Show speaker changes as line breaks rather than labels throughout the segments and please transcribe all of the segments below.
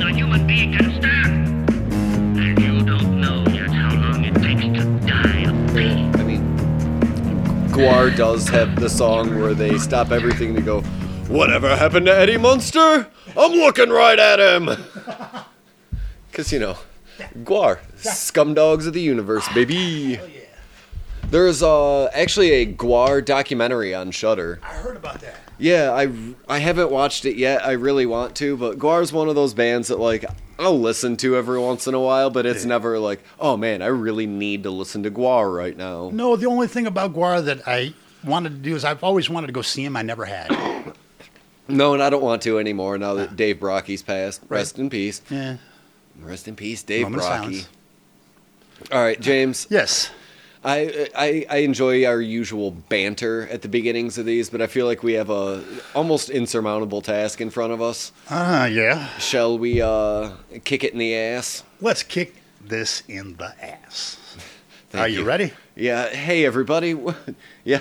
we can start. And you don't know yet how long it takes to die of pain.
I mean, Guar does have the song where they stop everything to go, Whatever happened to Eddie Munster? I'm looking right at him! Because, you know, Guar, scumdogs of the universe, baby.
Hell yeah.
There's uh, actually a Guar documentary on Shudder.
I heard about that.
Yeah, I, I haven't watched it yet. I really want to, but Guar's one of those bands that, like, I'll listen to every once in a while, but it's never like, oh man, I really need to listen to Guar right now.
No, the only thing about Guar that I wanted to do is I've always wanted to go see him. I never had.
No, and I don't want to anymore now
Ah.
that Dave Brocky's passed. Rest in peace.
yeah.
Rest in peace, Dave
Moment of
Brocky.
silence.
All right, James.
Yes.
I, I I enjoy our usual banter at the beginnings of these, but I feel like we have a almost insurmountable task in front of us.
Ah, yeah.
Shall we uh, kick it in the ass?
Let's kick this in the ass.
Thank
are you, ready?
Yeah. Hey, everybody. yeah.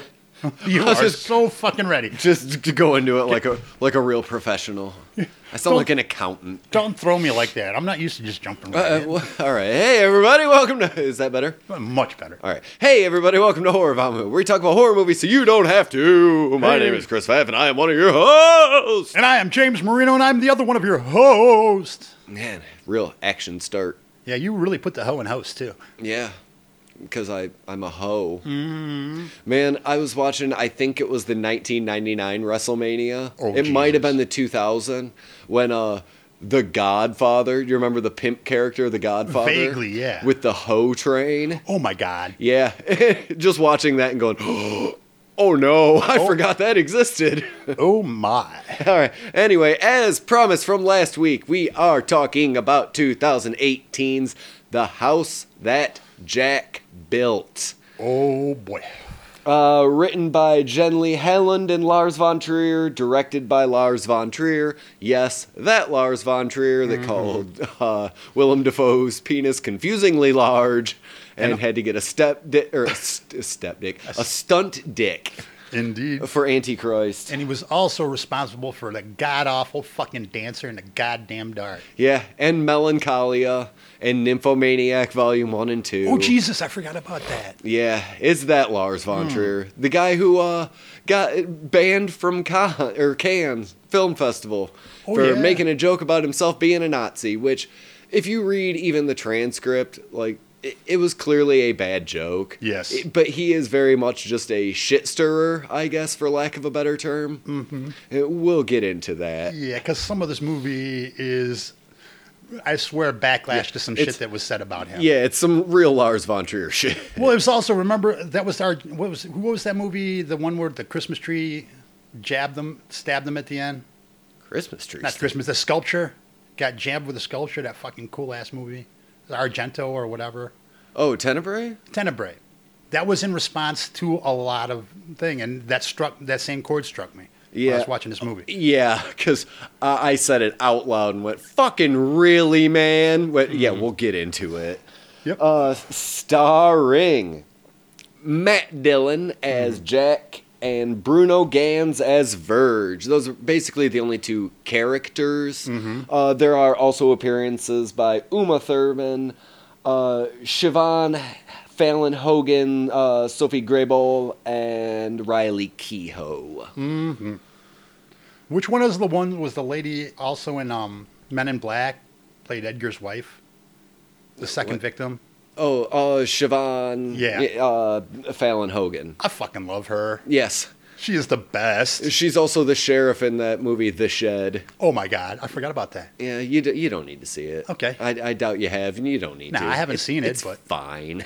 You
I was
are
just-
so fucking ready.
Just to go into it like a like a real professional. I sound like an accountant.
Don't throw me like that. I'm not used to just jumping. Right
Uh,
in.
well, all right. Hey, everybody. Welcome to. Is that better?
Much better.
All right. Hey, everybody. Welcome to Horror Vomit, where we talk about horror movies so you don't have to. My
Hey.
name is Chris Faff, and I am one of your hosts.
And I am James Marino, and I'm the other one of your hosts.
Man, real action start.
Yeah, you really put the hoe in host too.
Yeah. Because I I'm a hoe.
Mm-hmm.
Man, I was watching. I think it was the 1999 WrestleMania.
Oh,
it might have
Jesus.
been the 2000 when uh the Godfather. You remember the pimp character, the Godfather?
Vaguely, yeah.
With the hoe train.
Oh my God.
Yeah, just watching that and going, oh no, I forgot that existed.
Oh my.
All right. Anyway, as promised from last week, we are talking about 2018's The House That Jack Built.
Oh boy.
Uh, written by Jen Lee Helland and Lars von Trier, directed by Lars von Trier. Yes, that Lars von Trier that called uh, Willem Dafoe's penis confusingly large and, had to get a step di- or a st- step dick, a stunt dick
Indeed.
for Antichrist.
And he was also responsible for the god awful fucking dancer in the goddamn dark.
Yeah, and Melancholia and Nymphomaniac Volume 1 and 2.
Oh Jesus, I forgot about that.
Yeah, it's that Lars
Hmm.
von Trier, the guy who uh, got banned from Con or Cannes Film Festival
Oh,
for
yeah.
making a joke about himself being a Nazi. Which, if you read even the transcript, like it, it was clearly a bad joke.
Yes.
It- but he is very much just a shit stirrer, I guess, for lack of a better term. Mm-hmm. we'll get into that.
Yeah, because some of this movie is, I swear, backlash to some
it's-
shit that was said about him.
Yeah, it's some real Lars von Trier shit.
Well, it was also remember that was our what was what was that movie? The one where the Christmas tree jabbed them, stabbed them at the end.
Christmas tree.
Not Christmas. The sculpture got jabbed with a sculpture. That fucking cool ass movie, Argento or whatever.
Oh, Tenebrae.
Tenebrae. That was in response to a lot of thing, and that struck that same chord struck me. when I
Yeah. Uh,
was watching this movie.
Yeah, because I I said it out loud and went, fucking really, man? Went, Yeah, we'll get into it.
Yep.
Uh, starring Matt Dillon as Jack and Bruno Gans as Verge. Those are basically the only two characters. Uh, there are also appearances by Uma Thurman, uh, Siobhan Fallon Hogan, uh, Sophie Grable, and Riley Kehoe.
Which one is the one was the lady also in um, Men in Black played Edgar's wife, the second victim.
Oh, uh, Siobhan.
Yeah.
Uh, Fallon Hogan.
I fucking love her.
Yes.
She is the best.
She's also the sheriff in that movie, The Shed.
Oh my god, I forgot about that.
Yeah, you, d- you don't need to see it.
Okay.
I, I doubt you have, and you don't need
Nah,
to.
I haven't seen it,
It's
but-
fine.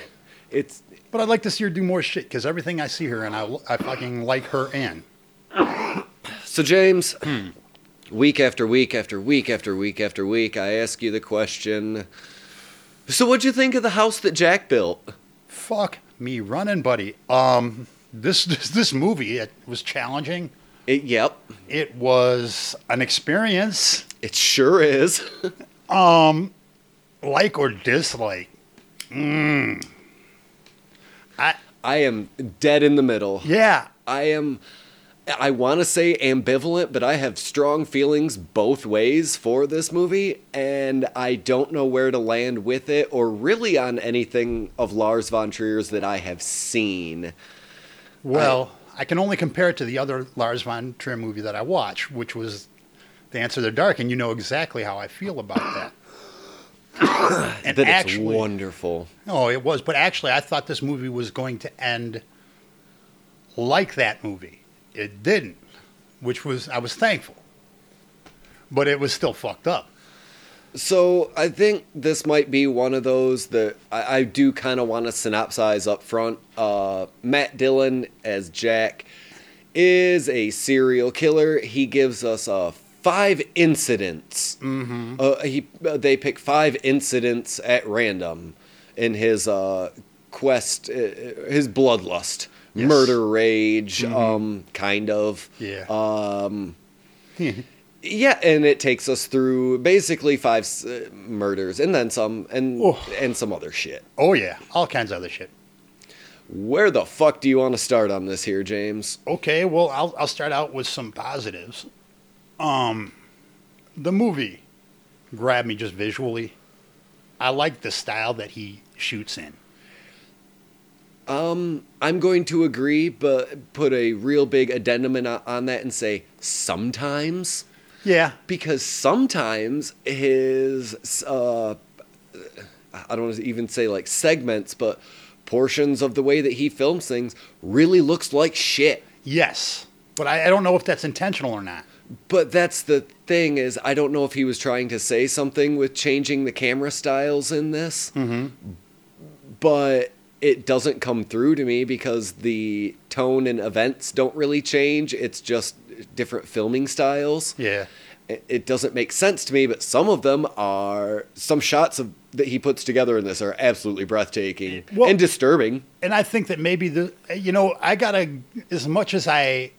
It's.
But I'd like to see her do more shit because everything I see her in, I, I fucking like her in.
So, James,
Hmm.
week after week after week after week after week, I ask you the question So, what'd you think of the house that Jack built?
Fuck me, running buddy. Um, this this, this movie it was challenging.
It, yep,
It was an experience,
it sure is.
like or dislike. Mm. I
I am dead in the middle.
yeah,
I am I want to say ambivalent, but I have strong feelings both ways for this movie, and I don't know where to land with it or really on anything of Lars von Trier's that I have seen.
Well, I, can only compare it to the other Lars von Trier movie that I watched, which was The Answer to the Dark, and you know exactly how I feel about that. and
That
actually,
it's wonderful.
no, it was, but actually, I thought this movie was going to end like that movie. It didn't, which was I was thankful, but it was still fucked up.
So I think this might be one of those that I, I do kind of want to synopsize up front. Uh, Matt Dillon as Jack is a serial killer. He gives us uh, five incidents. Mm-hmm. Uh, he uh, they pick five incidents at random in his uh, quest, uh, his bloodlust,
Yes.
murder rage, um, kind of.
Yeah.
Um, yeah, and it takes us through basically five s- uh, murders and then some and
Oh.
and some other shit.
Oh yeah, all kinds of other shit.
Where the fuck do you want to start on this here, James?
Okay, well, I'll I'll start out with some positives. Um, the movie grabbed me just visually. I like the style that he shoots in.
I'm going to agree, but put a real big addendum in, uh, on that and say sometimes
Yeah,
because sometimes his uh, I don't even say like segments, but portions of the way that he films things really looks like shit.
yes, but I, I don't know if that's intentional or not.
But that's the thing is I don't know if he was trying to say something with changing the camera styles in this. Mm-hmm. But it doesn't come through to me because the tone and events don't really change. It's just different filming styles.
Yeah,
It- It doesn't make sense to me, but some of them are some shots of that he puts together in this are absolutely breathtaking
Well-
and disturbing.
and I think that maybe the you know I gotta as much as I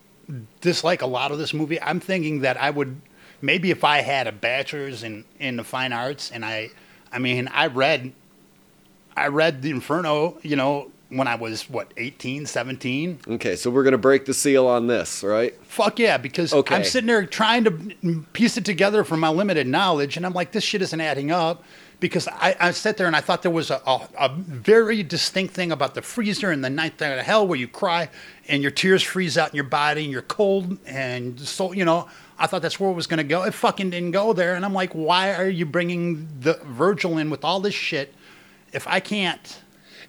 dislike a lot of this movie, I'm thinking that I would maybe if I had a bachelor's in in the fine arts and I I mean I read I read the Inferno, you know, when I was what 18, 17.
Okay, so we're gonna break the seal on this, right?
Fuck yeah, because
Okay.
I'm sitting there trying to piece it together from my limited knowledge, and I'm like, this shit isn't adding up. Because I, I sat there and I thought there was a, a, a very distinct thing about the freezer and the ninth night of hell where you cry and your tears freeze out in your body and you're cold and so you know I thought that's where it was gonna go. It fucking didn't go there, and I'm like, why are you bringing the Virgil in with all this shit if I can't?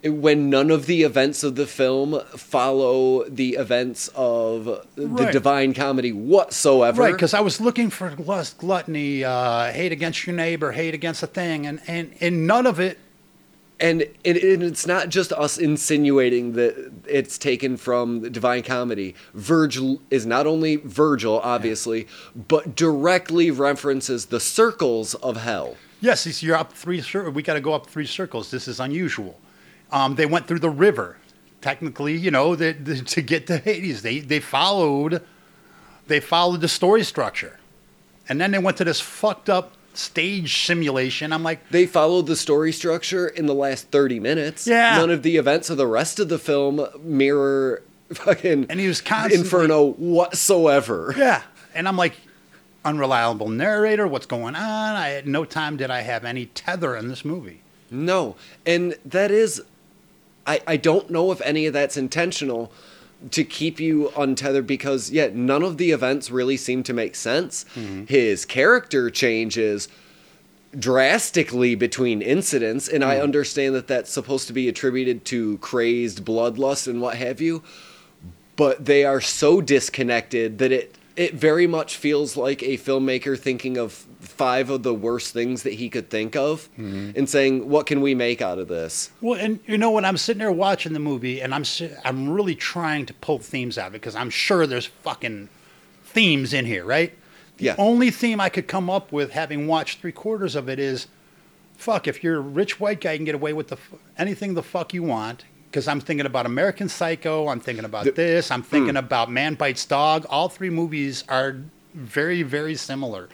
when none of the events of the film follow the events of the
Right.
Divine Comedy whatsoever.
Right, because I was looking for lust, gluttony, uh, hate against your neighbor, hate against the thing, and, and, and none of it.
and it, and it's not just us insinuating that it's taken from the Divine Comedy. Virgil is not only Virgil, obviously, but directly references the circles of hell.
Yes, it's- you're up three. cir- We got to go up three circles. This is unusual. Um, they went through the river, technically, you know, the, the, to get to Hades. They they followed, they followed the story structure, and then they went to this fucked up stage simulation. I'm like,
They followed the story structure in the last thirty minutes.
Yeah.
none of the events of the rest of the film mirror fucking
And he was constantly-
Inferno whatsoever.
Yeah. And I'm like, unreliable narrator, what's going on? I at no time did I have any tether in this movie.
No. And that is I I don't know if any of that's intentional to keep you untethered because yeah, none of the events really seem to make sense. His character changes drastically between incidents and I understand that that's supposed to be attributed to crazed bloodlust and what have you, but they are so disconnected that it it very much feels like a filmmaker thinking of five of the worst things that he could think of and saying what can we make out of this
Well, and you know when I'm sitting there watching the movie, and I'm si- I'm really trying to pull themes out because I'm sure there's fucking themes in here, right? The
Yeah.
only theme I could come up with, having watched three quarters of it, is fuck. If you're a rich white guy, you can get away with the f- anything the fuck you want. Because I'm thinking about American Psycho, I'm thinking about this, I'm thinking about Man Bites Dog. All three movies are very, very similar.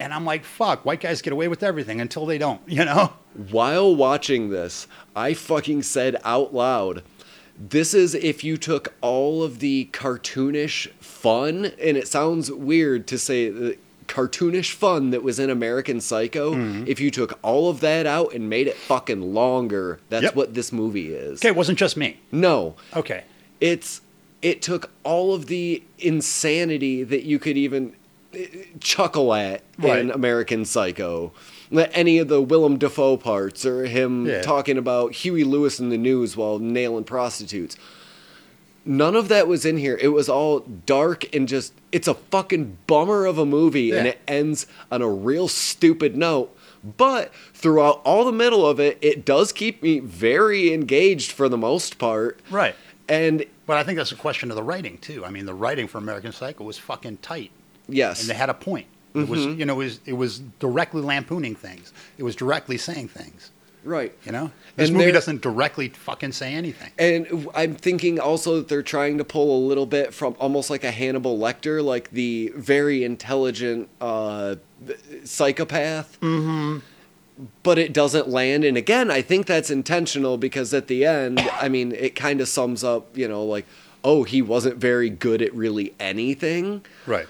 And I'm like, fuck, white guys get away with everything until they don't, you know?
while watching this i fucking said out loud This is if you took all of the cartoonish fun, and it sounds weird to say the cartoonish fun that was in American Psycho. If you took all of that out and made it fucking longer, that's
Yep.
what this movie is.
Okay, it wasn't just me.
No,
Okay.
it's it took all of the insanity that you could even eh, chuckle at in
Right.
American Psycho. Let Any of the Willem Dafoe parts or him
Yeah.
talking about Huey Lewis in the news while nailing prostitutes. None of that was in here. It was all dark and just it's a fucking bummer of a movie and
Yeah.
it ends on a real stupid note. But throughout all the middle of it, it does keep me very engaged for the most part.
Right.
And
But I think that's a question of the writing too. I mean, the writing for American Psycho was fucking tight,
yes,
and they had a point. It was, you know, it was, it was directly lampooning things. It was directly saying things.
right.
You know, this
And
movie
there-
doesn't directly fucking say anything.
And w- I'm thinking also that they're trying to pull a little bit from almost like a Hannibal Lecter, like the very intelligent uh, th- psychopath. Mm-hmm. But it doesn't land. And again, I think that's intentional because at the end, I mean, it kind of sums up, you know, like, oh, he wasn't very good at really anything.
Right.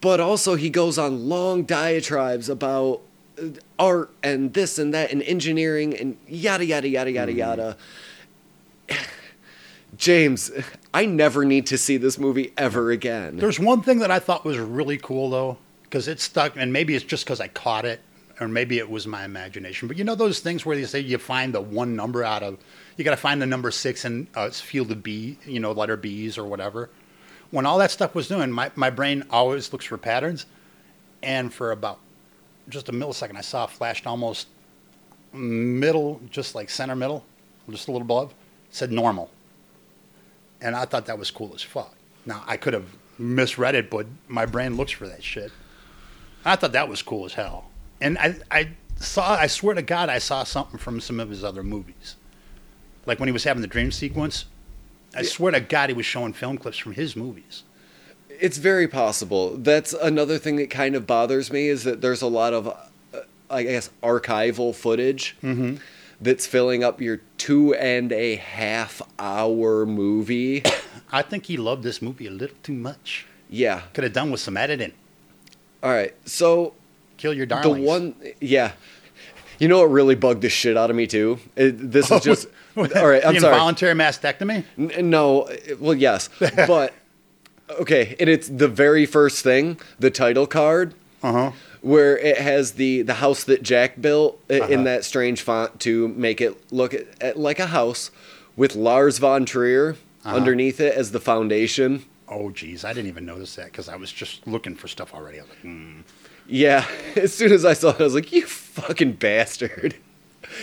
but also he goes on long diatribes about uh, art and this and that and engineering and yada yada yada yada yada. James, I never need to see this movie ever again.
There's one thing that I thought was really cool though, because it stuck, and maybe it's just because I caught it, or maybe it was my imagination. But you know those things where they say you find the one number out of, you got to find the number six in uh, it's field of B, you know, letter B's or whatever. When all that stuff was doing, my, my brain always looks for patterns, and for about just a millisecond, I saw it flashed almost middle, just like center middle, just a little above, said normal and I thought that was cool as fuck. Now I could have misread it, but my brain looks for that shit. I thought that was cool as hell, and I I saw I swear to God I saw something from some of his other movies, like when he was having the dream sequence. I swear to God he was showing film clips from his movies.
It's very possible. That's another thing that kind of bothers me is that there's a lot of, uh, I guess, archival footage that's filling up your two and a half hour movie.
I think he loved this movie a little too much.
yeah.
Could have done with some editing.
All right. So
Kill your darlings.
The one, yeah. You know what really bugged the shit out of me too? It, this is just all right. I'm
the
sorry.
Involuntary mastectomy.
N- no, it- well, yes, but okay. And it's the very first thing, the title card,
Uh
Uh-huh.
huh.
where it has the the house that Jack built i-
Uh-huh.
in that strange font to make it look at, at, like a house, with Lars von Trier
Uh-huh.
underneath it as the foundation.
Oh geez, I didn't even notice that because I was just looking for stuff already. I was like, hmm.
Yeah, as soon as I saw it, I was like, "You fucking bastard!"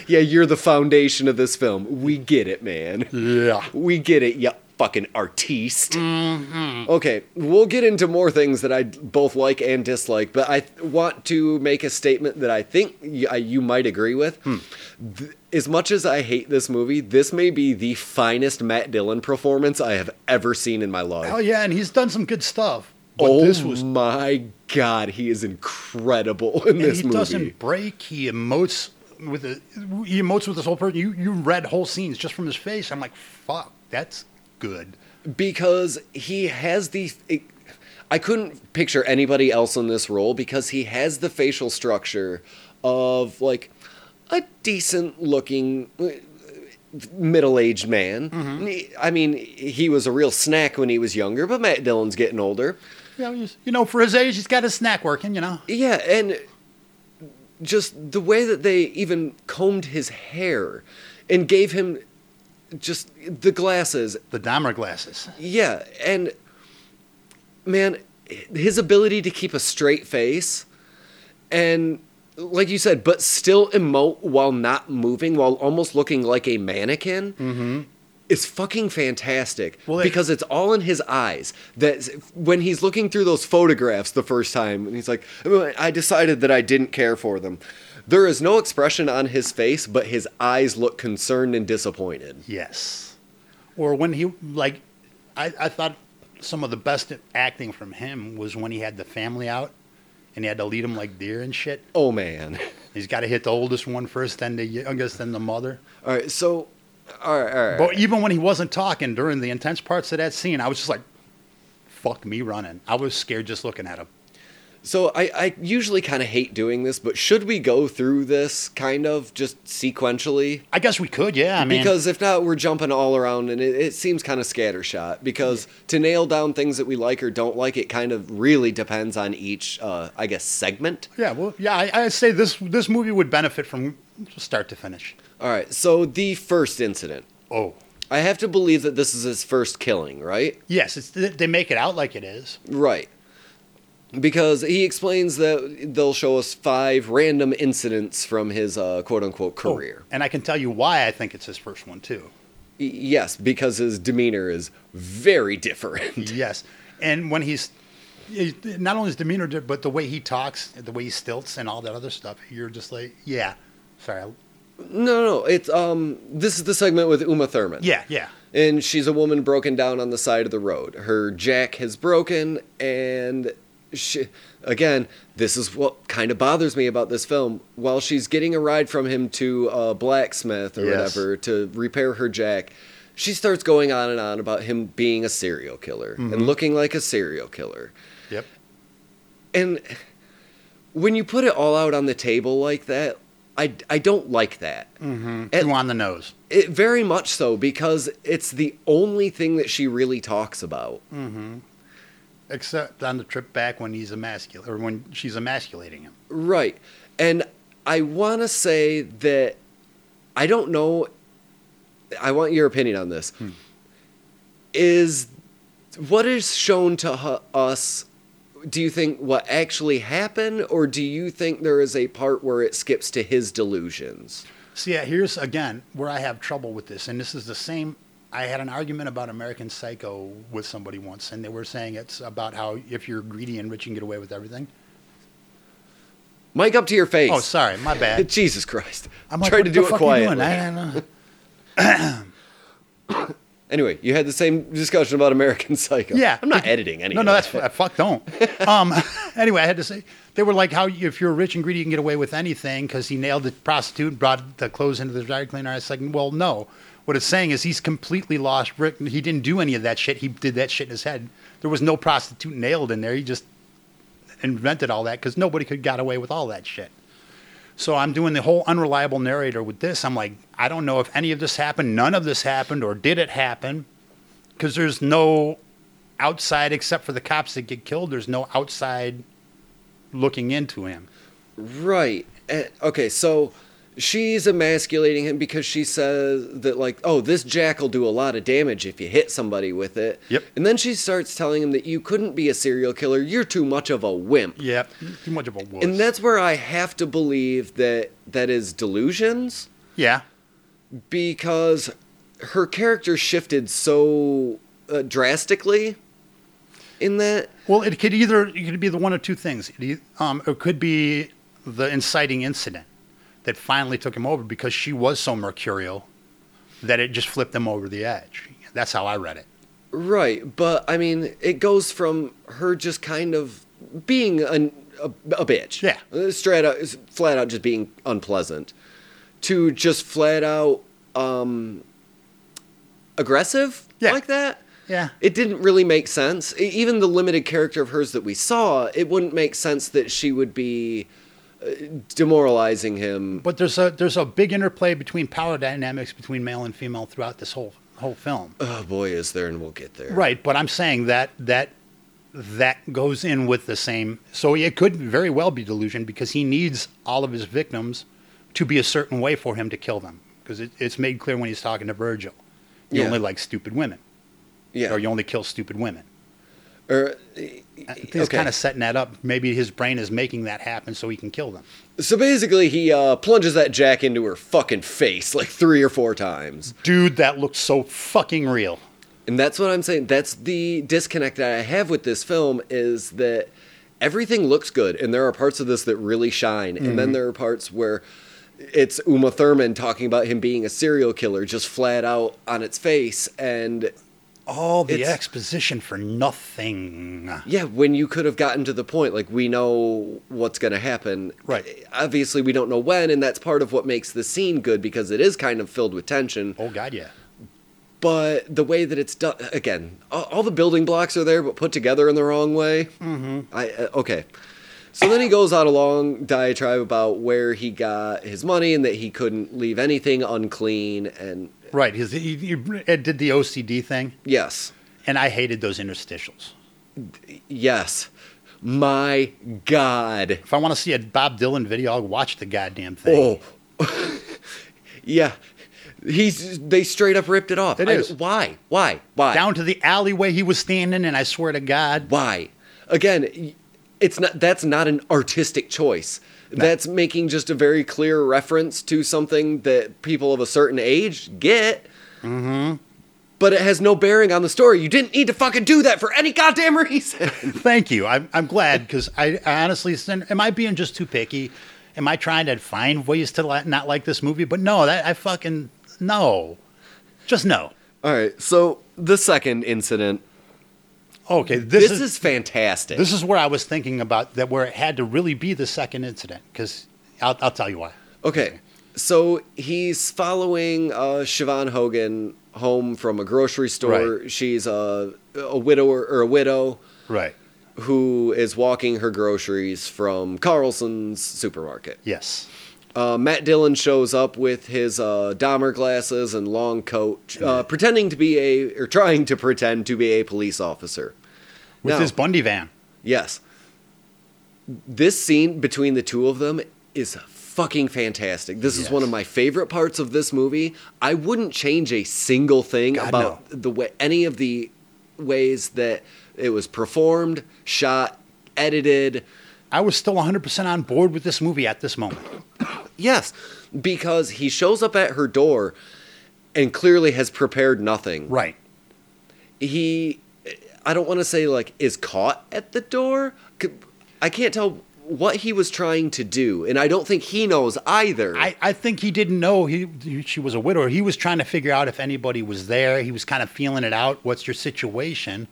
Yeah, you're the foundation of this film. We get it, man.
yeah.
We get it, you fucking artiste.
Mm-hmm.
Okay, we'll get into more things that I d- both like and dislike, but I th- want to make a statement that I think y- I- you might agree with.
Hmm.
Th- as much as I hate this movie, this may be the finest Matt Dillon performance I have ever seen in my life.
Hell Oh, yeah, and he's done some good stuff. But
oh
this was
my god, he is incredible in
and
this
he
movie.
doesn't break. He emotes with the he emotes with this whole person. You you read whole scenes just from his face. I'm like, fuck, that's good.
because he has the I couldn't picture anybody else in this role because he has the facial structure of like a decent looking uh, middle-aged man. I mean, he was a real snack when he was younger, but Matt Dillon's getting older.
Yeah, he's- you know, for his age, he's got his snack working. You know,
Yeah, and just the way that they even combed his hair and gave him just the glasses
the Dahmer glasses.
Yeah, and man, his ability to keep a straight face and like you said, but still emote while not moving, while almost looking like a mannequin, is fucking fantastic.
Mm-hmm. Well, it-
because it's all in his eyes. That when he's looking through those photographs the first time, and he's like, "I decided that I didn't care for them." There is no expression on his face, but his eyes look concerned and disappointed.
Yes, or when he like, I I thought some of the best acting from him was when he had the family out, and he had to lead them like deer and shit.
Oh man.
He's got to hit the oldest one first, then the youngest, then the mother.
All right, so All right, all right.
But even when he wasn't talking during the intense parts of that scene, I was just like, fuck me running. I was scared just looking at him.
So I, I usually kind of hate doing this, but should we go through this kind of just sequentially?
I guess we could, yeah. I mean,
Because if not, we're jumping all around, and it, it seems kind of scattershot. Because to nail down things that we like or don't like, it kind of really depends on each, uh, I guess, segment.
yeah, well, yeah, I, I say this this movie would benefit from start to finish.
All right. So the first incident,
Oh,
I have to believe that this is his first killing, right?
yes, it's, they make it out like it is.
Right. Because he explains that they'll show us five random incidents from his uh, quote unquote
Oh,
career.
and I can tell you why I think it's his first one too.
Y- Yes, because his demeanor is very different.
Yes, and when he's he- not only his demeanor, but the way he talks, the way he stilts, and all that other stuff, you're just like, yeah, sorry, I-
No, no, it's um. This is the segment with Uma Thurman.
yeah, yeah,
and she's a woman broken down on the side of the road. Her jack has broken, and she, again, this is what kind of bothers me about this film. While she's getting a ride from him to a blacksmith or
Yes.
whatever to repair her jack, she starts going on and on about him being a serial killer
Mm-hmm.
and looking like a serial killer.
yep,
And when you put it all out on the table like that, I, I don't like that. At-
two on the nose.
It very much so because it's the only thing that she really talks about.
Except on the trip back when he's emasculating, or when she's emasculating him.
Right. And I want to say that I don't know I want your opinion on this. Is what is shown to hu- us do you think what actually happened or do you think there is a part where it skips to his delusions?
See, yeah, here's again where I have trouble with this, and this is the same. I had an argument about American Psycho with somebody once, and they were saying it's about how if you're greedy and rich, you can get away with everything.
Mike up to your face.
Oh, sorry, my bad.
Jesus Christ.
I'm
I'm
like,
trying
what
to
the
do it
fuck are you
quietly.
doing? I don't know.
Anyway, you had the same discussion about American Psycho.
Yeah,
I'm not
It-
editing any.
No,
of
no, that's
that.
uh, fuck. Don't. Um, anyway, I had to say they were like, how you- if you're rich and greedy, you can get away with anything because he nailed the prostitute, brought the clothes into the dry cleaner. I was like, well, no. What it's saying is he's completely lost. Rick, he didn't do any of that shit. He did that shit in his head. There was no prostitute nailed in there. He just invented all that because nobody could got away with all that shit. So I'm doing the whole unreliable narrator with this. I'm like, I don't know if any of this happened, none of this happened, or did it happen? Because there's no outside except for the cops that get killed. There's no outside looking into him.
Right. Eh, okay, so she's emasculating him because she says that, like, oh, this jack will do a lot of damage if you hit somebody with it.
Yep.
And then she starts telling him that you couldn't be a serial killer. You're too much of a wimp.
Yep, too much of a wuss.
And that's where I have to believe that that is delusions
yeah,
because her character shifted so uh, drastically in that.
Well, it could either it could be the one of two things. It, e- um, it could be the inciting incident that finally took him over because she was so mercurial that it just flipped him over the edge. That's how I read it.
Right, but I mean, it goes from her just kind of being an, a, a bitch.
Yeah.
Uh, Straight out, is flat out just being unpleasant to just flat out um, aggressive
Yeah.
like that.
Yeah.
It didn't really make sense. E- Even the limited character of hers that we saw, it wouldn't make sense that she would be uh, demoralizing him.
But there's a there's a big interplay between power dynamics between male and female throughout this whole whole film.
Oh boy, is there, and we'll get there.
Right, but I'm saying that that that goes in with the same. So it could very well be delusion because he needs all of his victims to be a certain way for him to kill them. Because it, it's made clear when he's talking to Virgil, you
Yeah.
only like stupid women,
Yeah. Er,
or you only kill stupid women. Uh,
Or-
I think He's
Okay.
kind of setting that up. Maybe his brain is making that happen so he can kill them.
So basically, he uh, plunges that jack into her fucking face like three or four times.
Dude, that looks so fucking real.
And that's what I'm saying. That's the disconnect that I have with this film is that everything looks good, and there are parts of this that really shine, and then there are parts where it's Uma Thurman talking about him being a serial killer just flat out on its face, and
all the
It's-
exposition for nothing.
Yeah, when you could have gotten to the point, like we know what's going to happen.
Right.
Obviously, we don't know when, and that's part of what makes the scene good because it is kind of filled with tension.
Oh God, yeah.
But the way that it's done, again, all, all the building blocks are there, but put together in the wrong way. Mm-hmm. I uh, okay. So then he goes on a long diatribe about where he got his money and that he couldn't leave anything unclean. And
Right. His, he, he Ed did the OCD thing,
yes,
and I hated those interstitials.
yes, my God.
If I want to see a Bob Dylan video, I'll watch the goddamn thing.
Oh, yeah. He's they straight up ripped it off.
It
I-
is.
why? Why? Why?
Down to the alleyway he was standing, and I swear to God,
Why? Again, y- it's not. That's not an artistic choice. That's making just a very clear reference to something that people of a certain age get. Mm-hmm. But it has no bearing on the story. You didn't need to fucking do that for any goddamn reason.
thank you. I'm, I'm glad because I, I honestly, sin- am I being just too picky? Am I trying to find ways to li- not like this movie? But no, that I fucking no, just no.
All right. So the second incident.
Okay,
This, is, fantastic.
This is where I was thinking about that, where it had to really be the second incident, because I'll, I'll tell you why.
Okay. So he's following uh, Siobhan Hogan home from a grocery store.
Right.
She's a, a widower or a widow
Right.
who is walking her groceries from Carlson's supermarket.
Yes.
Uh, Matt Dillon shows up with his uh, Dahmer glasses and long coat, uh, pretending to be a, or trying to pretend to be a police officer.
With
No.
his Bundy van.
Yes. This scene between the two of them is fucking fantastic. This is
Yes.
one of my favorite parts of this movie. I wouldn't change a single thing
God,
about the way any of the ways that it was performed, shot, edited.
I was still 100% on board with this movie at this moment.
Yes, because he shows up at her door and clearly has prepared nothing.
Right.
he i don't want to say like is caught at the door C- i can't tell what he was trying to do and i don't think he knows either
I, I think he didn't know he, she was a widow. He was trying to figure out if anybody was there. He was kind of feeling it out. What's your situation?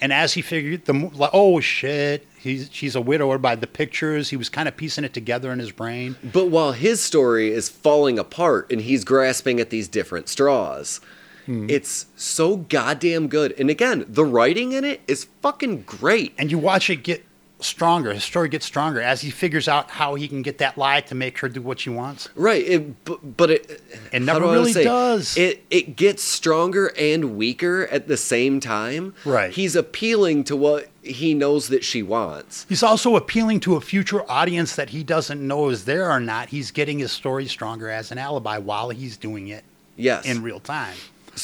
And as he figured, the mo- like, oh shit, he's she's a widower by the pictures. He was kind of piecing it together in his brain.
but while his story is falling apart and he's grasping at these different straws
Hmm.
it's so goddamn good and again the writing in it is fucking great
and you watch it get stronger. His story gets stronger as he figures out how he can get that lie to make her do what she wants.
right it, bu- but it
It
how
never
do I wanna
really
say?
does.
it it gets stronger and weaker at the same time
Right.
he's appealing to what he knows that she wants
He's also appealing to a future audience that he doesn't know is there or not. He's getting his story stronger as an alibi while he's doing it
Yes.
in real time.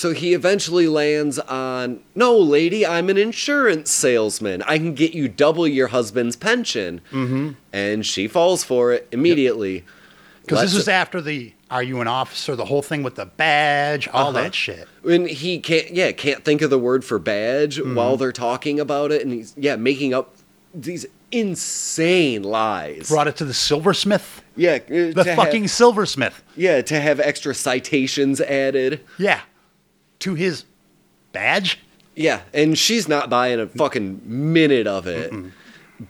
so he eventually lands on no, lady, I'm an insurance salesman. I can get you double your husband's pension. Mm-hmm. And she falls for it immediately.
Because
Let's-
this is after the are you an officer, the whole thing with the badge, all
Uh-huh.
that shit.
And he can't, yeah, can't think of the word for badge
Mm-hmm.
while they're talking about it. And he's, yeah, making up these insane lies.
Brought it to the silversmith,
Yeah. The
the fucking silversmith.
yeah, to have extra citations added.
Yeah, to his badge.
Yeah, and she's not buying a fucking minute of it.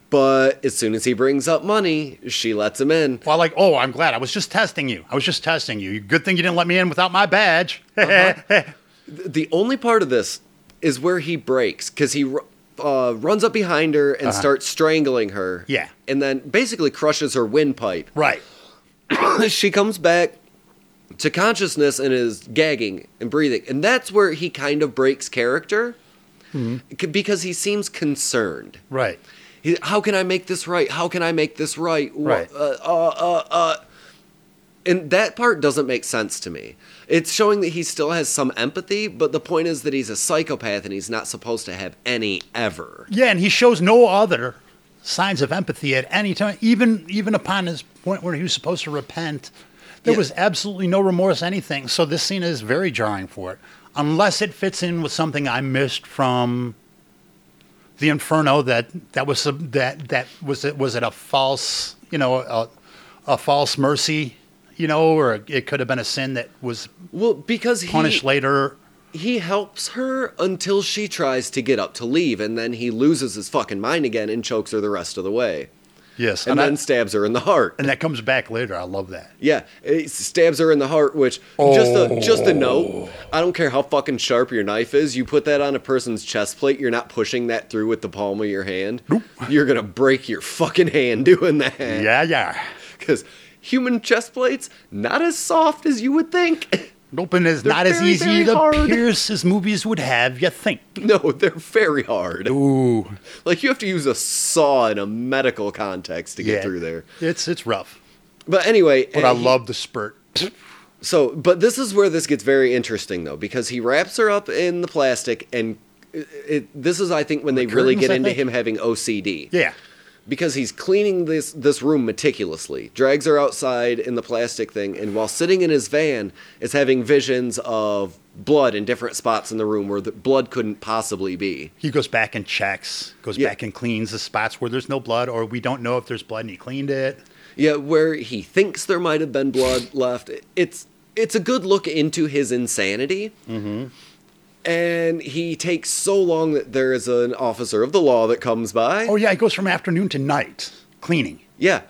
But as soon as he brings up money, she lets him in.
Well, like, oh, I'm glad. I was just testing you. I was just testing you. Good thing you didn't let me in without my badge.
Th- The only part of this is where he breaks because he ru- uh, runs up behind her and starts strangling her.
Uh-huh. Yeah.
And then basically crushes her windpipe.
Right.
she comes back to consciousness and is gagging and breathing. And that's where he kind of breaks character
Mm-hmm.
c- because he seems concerned.
Right.
He- How can I make this right? How can I make this right? Wha-
Right.
Uh, uh, uh, uh. And that part doesn't make sense to me. It's showing that he still has some empathy, but the point is that he's a psychopath and he's not supposed to have any ever.
Yeah, and he shows no other signs of empathy at any time, even even upon his point where he was supposed to repent. There
Yeah.
was absolutely no remorse, anything. So this scene is very jarring for it, unless it fits in with something I missed from the Inferno. That that was some, that that was it was it a false you know a, a false mercy you know, or it could have been a sin that was
Well, because he
punished later.
he helps her until she tries to get up to leave, and then he loses his fucking mind again and chokes her the rest of the way,
Yes,
and,
and,
then
that,
stabs her in the heart.
and that comes back later. I love that.
Yeah, it stabs her in the heart. Which just a just a note. I don't care how fucking sharp your knife is. You put that on a person's chest plate. You're not pushing that through with the palm of your hand. Nope. You're gonna break your fucking hand doing that.
Yeah, yeah.
Because human chest plates not as soft as you would think.
Open is not as
very, very
easy to
hard.
pierce as movies would have you think.
no, they're very hard.
Ooh,
Like you have to use a saw in a medical context to get
yeah.
through there.
It's it's rough,
But anyway,
but
uh,
I
he-
love the spurt.
So, but this is where this gets very interesting though, because he wraps her up in the plastic, and it, it, this is, I think, when they really
curtains,
get
I
into
think.
him having OCD.
Yeah,
Because he's cleaning this this room meticulously, drags her outside in the plastic thing, and while sitting in his van, is having visions of blood in different spots in the room where the blood couldn't possibly be.
he goes back and checks, goes
Yeah.
back and cleans the spots where there's no blood, or we don't know if there's blood, and he cleaned it.
Yeah, where he thinks there might have been blood left. It's it's a good look into his insanity. Mm-hmm. And he takes so long that there is an officer of the law that comes by.
Oh yeah, it goes from afternoon to night cleaning.
yeah.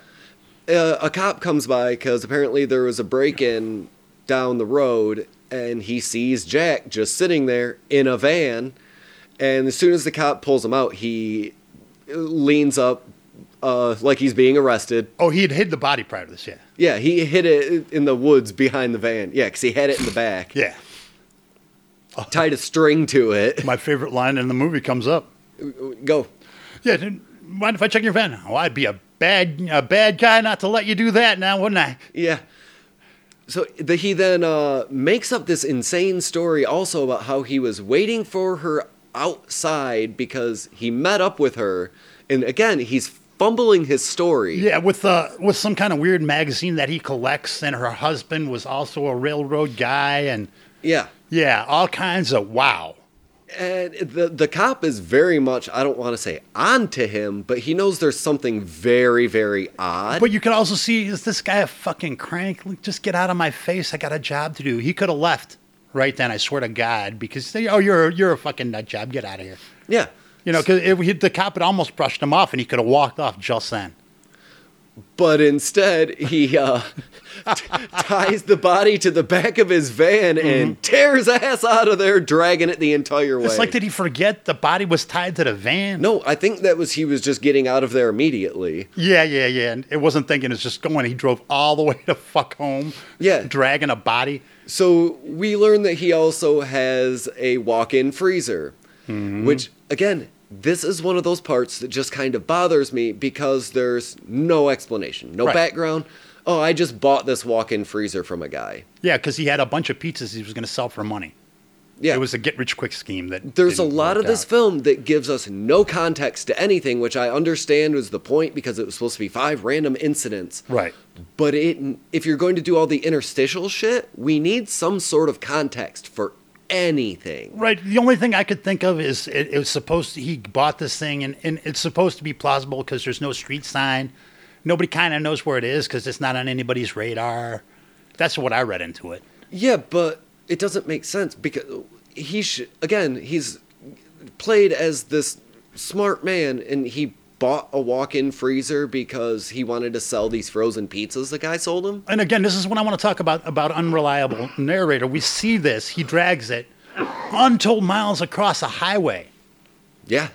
Uh, a cop comes by because apparently there was a break in down the road, and he sees Jack just sitting there in a van. And as soon as the cop pulls him out, he leans up uh, like he's being arrested,
Oh, he had hid the body prior to this. Yeah,
Yeah, he hid it in the woods behind the van. Yeah, because he had it in the back.
yeah.
Tied a string to it.
My favorite line in the movie comes up.
Go.
Yeah, didn't- mind if I check your van? Oh, I'd be a bad a bad guy not to let you do that now, wouldn't I?
Yeah. So the, he then uh, makes up this insane story also about how he was waiting for her outside because he met up with her. And again, he's fumbling his story.
Yeah, with uh, with some kind of weird magazine that he collects, and her husband was also a railroad guy, and
Yeah.
yeah, all kinds of wow.
And the the cop is very much I don't want to say on to him, but he knows there's something very very odd.
But you could also see is this guy a fucking crank? Look, Just get out of my face! I got a job to do. He could have left right then. I swear to God, because they, oh, you're you're a fucking nut job. Get out of here.
yeah.
You know, because the cop had almost brushed him off, and he could have walked off just then.
But instead, he uh, t- ties the body to the back of his van and tears ass out of there, dragging it the entire way.
Mm-hmm. It's like, did he forget the body was tied to the van?
no, I think that was he was just getting out of there immediately.
Yeah, yeah, yeah. And it wasn't thinking; it's just going. He drove all the way to fuck home.
Yeah.
dragging a body.
So we learn that he also has a walk-in freezer,
Mm-hmm.
which again, this is one of those parts that just kind of bothers me because there's no explanation, no
Right.
background. Oh, I just bought this walk-in freezer from a guy.
Yeah, because he had a bunch of pizzas he was going to sell for money.
Yeah,
It was a get rich quick scheme that.
There's a
didn't
lot
work
of this
out.
film that gives us no context to anything, which I understand was the point because it was supposed to be five random incidents.
Right.
But it, if you're going to do all the interstitial shit, we need some sort of context for anything.
Right. The only thing I could think of is it, it was supposed to, he bought this thing and, and it's supposed to be plausible because there's no street sign. Nobody kind of knows where it is because it's not on anybody's radar. That's what I read into it.
Yeah, but it doesn't make sense because he should. Again, he's played as this smart man, and he bought a walk-in freezer because he wanted to sell these frozen pizzas the guy sold him.
And again, this is what I want to talk about about unreliable narrator. We see this. He drags it untold miles across a highway,
Yeah.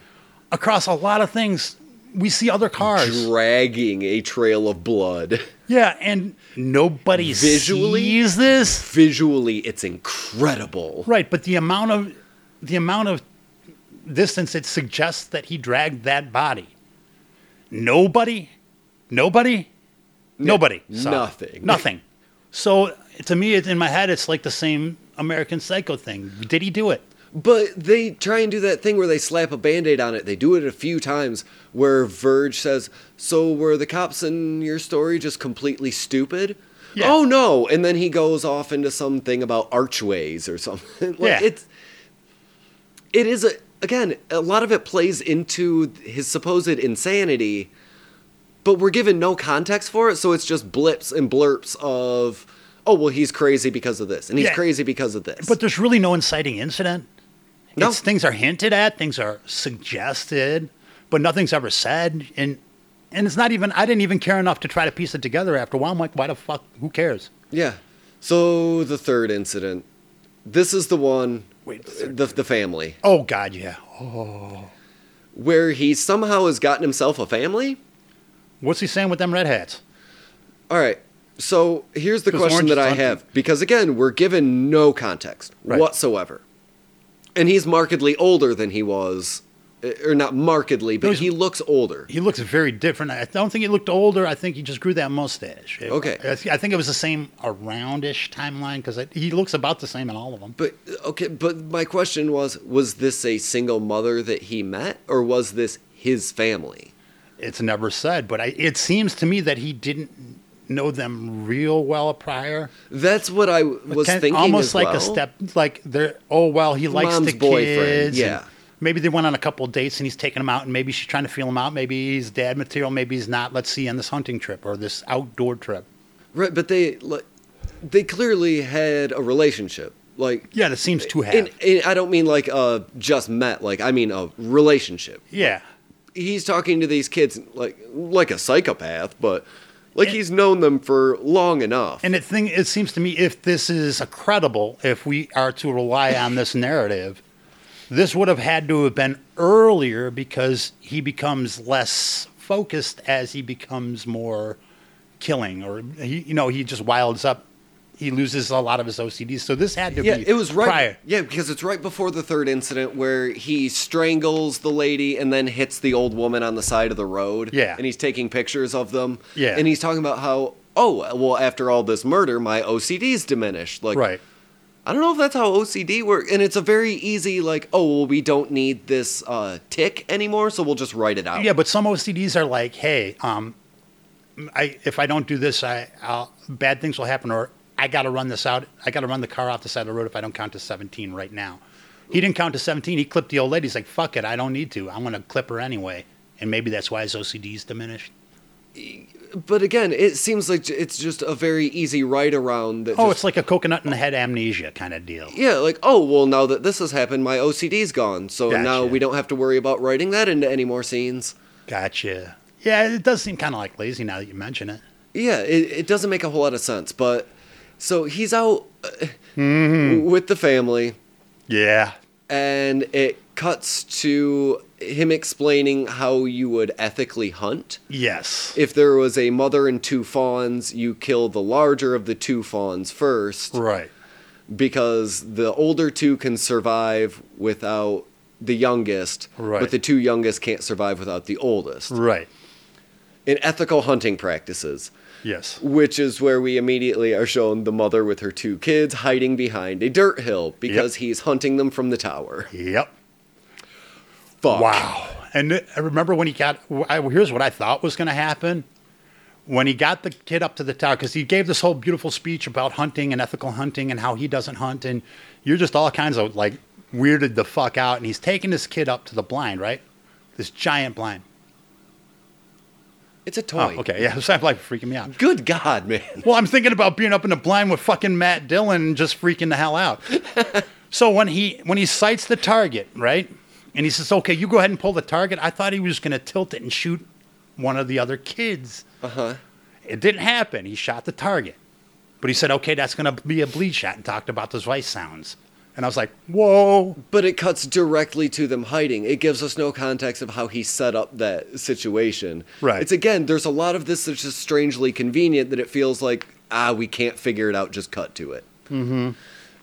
across a lot of things. We see other cars.
Dragging a trail of blood.
Yeah, and nobody
Visually?
sees this.
visually it's incredible
Right, but the amount of the amount of distance it suggests that he dragged that body. Nobody, nobody, nobody. saw it.
nothing.
Nothing. So to me, it, in my head, it's like the same American Psycho thing. Did he do it?
but they try and do that thing where they slap a band-aid on it they do it a few times where verge says so were the cops in your story just completely stupid
Yeah.
oh no and then he goes off into something about archways or something like
Yeah.
it's it is a again a lot of it plays into his supposed insanity but we're given no context for it so it's just blips and blurps of oh well he's crazy because of this and he's
Yeah.
crazy because of this.
But there's really no inciting incident.
No.
It's, things are hinted at, things are suggested, but nothing's ever said. And and it's not even I didn't even care enough to try to piece it together after a while. I'm like, why the fuck who cares?
yeah. So the third incident. This is the one
Wait, the
the, the family
Oh God, yeah. Oh,
where he somehow has gotten himself a family.
What's he saying with them red hats?
All right. So here's the
'Cause
question
orange
that
is
I
on-
have because again, we're given no context
Right.
whatsoever. And he's markedly older than he was eh, or not markedly, but
he's-
he looks older.
He looks very different. I don't think he looked older. I think he just grew that mustache. It-
Okay.
I, th- I think it was the same aroundish timeline because he looks about the same in all of them.
But okay, but my question was was this a single mother that he met or was this his family?
It's never said, but I, it seems to me that he didn't know them real well prior.
That's what I w- was
Ten-
thinking
almost
as
like a
well.
step, like they're oh well, he likes
Mom's
the
boyfriend,
kids. and
yeah.
Maybe they went on a couple of dates and he's taking them out, and maybe she's trying to feel him out. Maybe he's dad material. Maybe he's not. Let's see on this hunting trip or this outdoor trip.
Right, but they like they clearly had a relationship. Like
Yeah, that seems too happy.
and, and I don't mean like uh just met, like I mean a relationship.
yeah,
he's talking to these kids like like a psychopath, but like he's known them for long enough.
and it thing it seems to me if this is a credible, if we are to rely on this narrative, this would have had to have been earlier because he becomes less focused as he becomes more killing, or he, you know he just wilds up. He loses a lot of his OCD, so this had to
yeah,
be
it was right.
prior.
Yeah, because it's right before the third incident where he strangles the lady and then hits the old woman on the side of the road.
Yeah.
and he's taking pictures of them.
Yeah.
and he's talking about how oh well after all this murder my OCD's diminished. Like
Right.
I don't know if that's how OCD works, and it's a very easy like oh well we don't need this uh, tick anymore, so we'll just write it out.
Yeah, but some OCDs are like, hey, um, I if I don't do this, I I'll, bad things will happen, or I got to run this out. I got to run the car off the side of the road if I don't count to seventeen right now. He didn't count to seventeen. He clipped the old lady. He's like, fuck it, I don't need to. I'm gonna clip her anyway, and maybe that's why his OCD's diminished.
But again, it seems like j- it's just a very easy write around. That
Oh,
just-
it's like a coconut in the head amnesia kind of deal.
yeah, like oh well, now that this has happened, my OCD's gone, so now
Gotcha.
we don't have to worry about writing that into any more scenes.
Gotcha. Yeah, it does seem kind of like lazy now that you mention it.
Yeah, it, it doesn't make a whole lot of sense, but so he's out uh,
Mm-hmm.
with the family,
Yeah.
and it cuts to him explaining how you would ethically hunt.
Yes.
If there was a mother and two fawns, you kill the larger of the two fawns first.
right.
because the older two can survive without the youngest,
Right.
but the two youngest can't survive without the oldest.
Right.
In ethical hunting practices,
Yes.
which is where we immediately are shown the mother with her two kids hiding behind a dirt hill because
Yep.
he's hunting them from the tower.
Yep.
Fuck.
Wow. And th- I remember when he got, I, here's what I thought was going to happen. When he got the kid up to the tower, because he gave this whole beautiful speech about hunting and ethical hunting and how he doesn't hunt, and you're just all kinds of like weirded the fuck out. And he's taking this kid up to the blind, right? This giant blind.
It's a toy.
Oh, okay. Yeah. So I'm like freaking me out.
Good God, man.
Well, I'm thinking about being up in the blind with fucking Matt Dillon and just freaking the hell out. so when he when he sights the target, right? And he says, "Okay, you go ahead and pull the target." I thought he was going to tilt it and shoot one of the other kids.
Uh huh.
It didn't happen. He shot the target. But he said, "Okay, that's going to be a bleed shot," and talked about those vice sounds. And I was like, "Whoa."
But it cuts directly to them hiding. It gives us no context of how he set up that situation.
Right.
It's again, there's a lot of this that's just strangely convenient that it feels like, ah, we can't figure it out, just cut to it. Mm-hmm.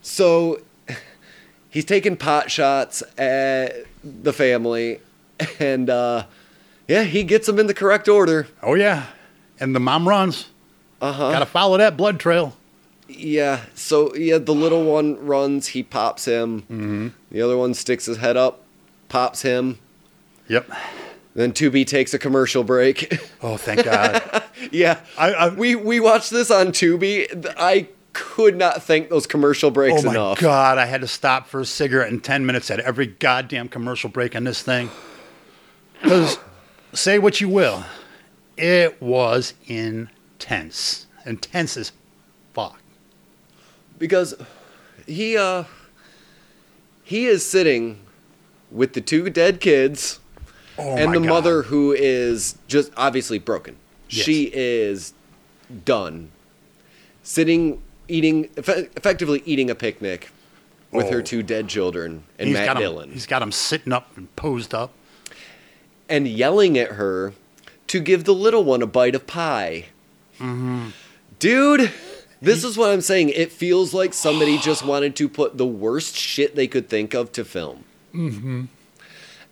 So he's taking pot shots at the family, and uh, yeah, he gets them in the correct order.
Oh yeah. And the mom runs.
Uh huh.
Got to follow that blood trail.
Yeah. So yeah, the little one runs. He pops him. Mm-hmm. The other one sticks his head up, pops him.
Yep.
Then 2B takes a commercial break.
Oh, thank God.
yeah.
I, I,
we we watched this on 2B. Th- I could not thank those commercial breaks
Oh my
enough.
god, I had to stop for a cigarette in 10 minutes at every goddamn commercial break on this thing. Cuz say what you will, it was intense. Intense as fuck.
because he uh he is sitting with the two dead kids
Oh
and
my
the
God.
mother who is just obviously broken.
Yes.
She is done sitting eating effe- effectively eating a picnic with her
Oh.
two dead children and
He's
Matt
got 'em-
Dillon
He's got him sitting up and posed up.
and yelling at her to give the little one a bite of pie. Dude, this is what I'm saying. It feels like somebody just wanted to put the worst shit they could think of to film.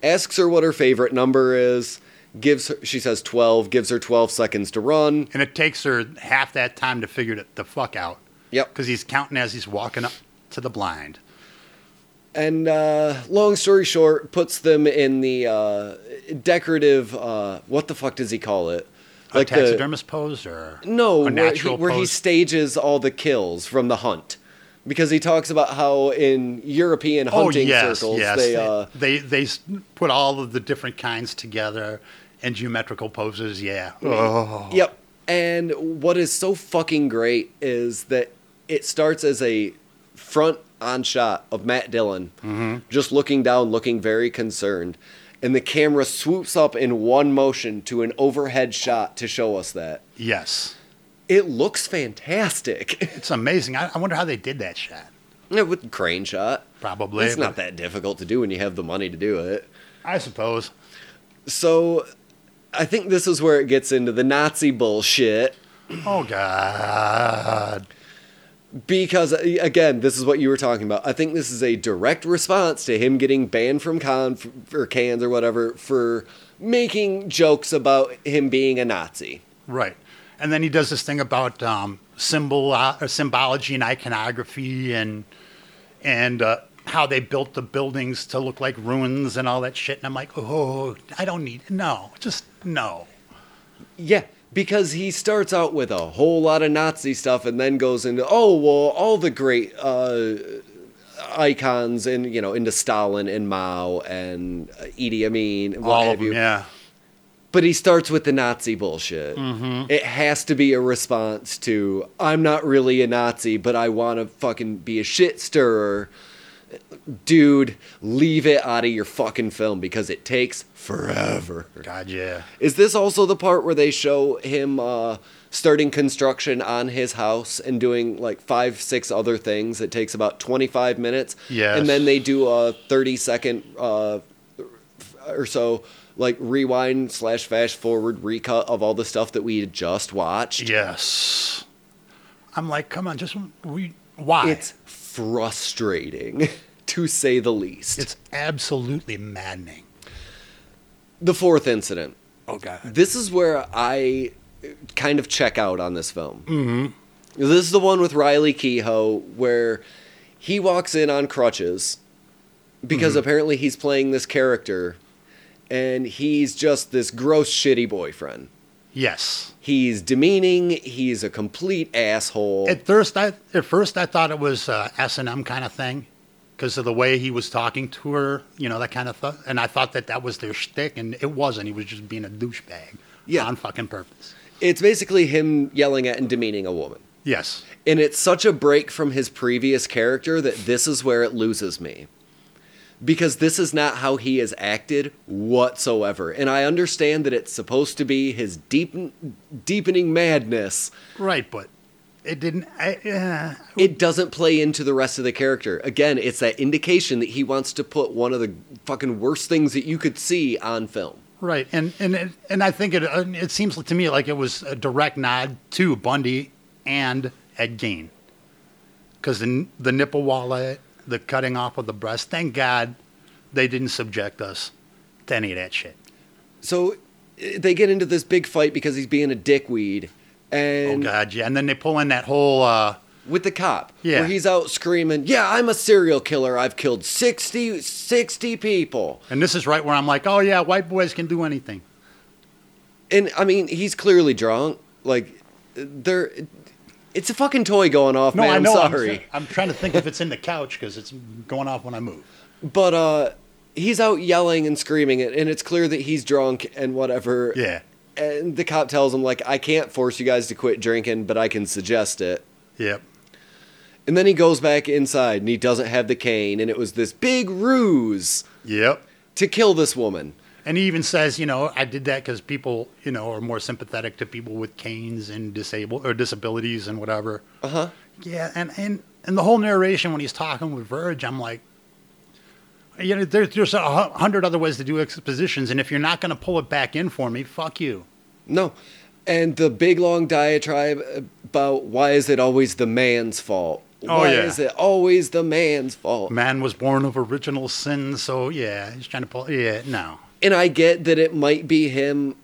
Asks her what her favorite number is. Gives her, she says 12, gives her 12 seconds to run.
And it takes her half that time to figure it the fuck out
Yep.
because he's counting as he's walking up to the blind.
And uh, long story short, puts them in the uh, decorative, uh, what the fuck does he call it?
a taxidermist pose or
No,
a
where,
natural
he, where he
pose?
stages all the kills from the hunt, because he talks about how in European
oh
hunting
yes,
circles
yes.
they uh,
they they s- put all of the different kinds together in geometrical poses. Yeah.
Uh-huh.
Oh.
Yep. And what is so fucking great is that it starts as a front on shot of Matt Dillon
Mm-hmm.
just looking down, looking very concerned. And the camera swoops up in one motion to an overhead shot to show us that.
Yes.
It looks fantastic.
It's amazing. I, I wonder how they did that shot.
Yeah, With crane shot.
Probably.
It's not
but
that difficult to do when you have the money to do it.
I suppose.
So I think this is where it gets into the Nazi bullshit.
Oh God.
Because, uh, again, this is what you were talking about. I think this is a direct response to him getting banned from con f- or cans or whatever for making jokes about him being a Nazi.
Right. And then he does this thing about um, symbol uh, or symbology and iconography and and uh, how they built the buildings to look like ruins and all that shit. And I'm like, oh, I don't need no, just no.
Yeah, because he starts out with a whole lot of Nazi stuff and then goes into, oh, well, all the great uh, icons and, you know, into Stalin and Mao and uh, Idi Amin and what
all
have
of them,
you.
yeah.
But he starts with the Nazi bullshit.
Mm-hmm.
It has to be a response to I'm not really a Nazi, but I want to fucking be a shit stirrer. Dude, leave it out of your fucking film because it takes forever.
God, yeah.
Is this also the part where they show him uh, starting construction on his house and doing like five, six other things? It takes about 25 minutes.
Yes.
And then they do a 30 second uh, or so like rewind slash fast forward recut of all the stuff that we had just watched.
Yes. I'm like, come on, just we. Why?
It's frustrating. To say the least.
it's absolutely maddening.
the fourth incident.
Oh God.
This is where I kind of check out on this film. Mm-hmm. This is the one with Riley Kehoe where he walks in on crutches
Mm-hmm.
because apparently he's playing this character and he's just this gross, shitty boyfriend.
Yes.
He's demeaning, he's a complete asshole.
At first, I at first I thought it was uh, S and M kind of thing, because of the way he was talking to her, you know, that kind of thing. And I thought that that was their shtick, and it wasn't. He was just being a douchebag.
Yeah.
On fucking purpose.
it's basically him yelling at and demeaning a woman.
Yes.
And it's such a break from his previous character that this is where it loses me. Because this is not how he has acted whatsoever. And I understand that it's supposed to be his deepen, deepening madness.
Right, but it didn't. I, uh,
It doesn't play into the rest of the character. Again, it's that indication that he wants to put one of the fucking worst things that you could see on film.
Right, and and it- and I think it uh, it seems to me like it was a direct nod to Bundy and Ed Gein, because the n- the nipple wallet, the cutting off of the breast. Thank God, they didn't subject us to any of that shit.
So eh, they get into this big fight because he's being a dickweed.
Oh
And
God, yeah, and then they pull in that whole. Uh,
with the cop.
Yeah.
Where he's out screaming, Yeah, I'm a serial killer. I've killed 60, 60 people.
and this is right where I'm like, oh yeah, white boys can do anything.
And I mean, he's clearly drunk. Like, there, it's a fucking toy going off, man. I'm sorry.
I'm, trying to think if it's in the couch because it's going off when I move.
But, uh, he's out yelling and screaming, and and it's clear that he's drunk and whatever.
Yeah,
And the cop tells him, like, I can't force you guys to quit drinking, but I can suggest it.
yep.
And then he goes back inside and he doesn't have the cane, and it was this big ruse
Yep.
to kill this woman.
And he even says, you know, I did that because people, you know, are more sympathetic to people with canes and disabled or disabilities and whatever. Uh huh. Yeah, and, and and the whole narration when he's talking with Verge, I'm like, you know, there, there's a hu- hundred other ways to do expositions, and if you're not going to pull it back in for me, fuck you.
No. And the big long diatribe about why is it always the man's fault?
Oh,
why
yeah.
is it always the man's fault?
Man was born of original sin, so yeah, he's trying to pull. Yeah, no.
and I get that it might be him.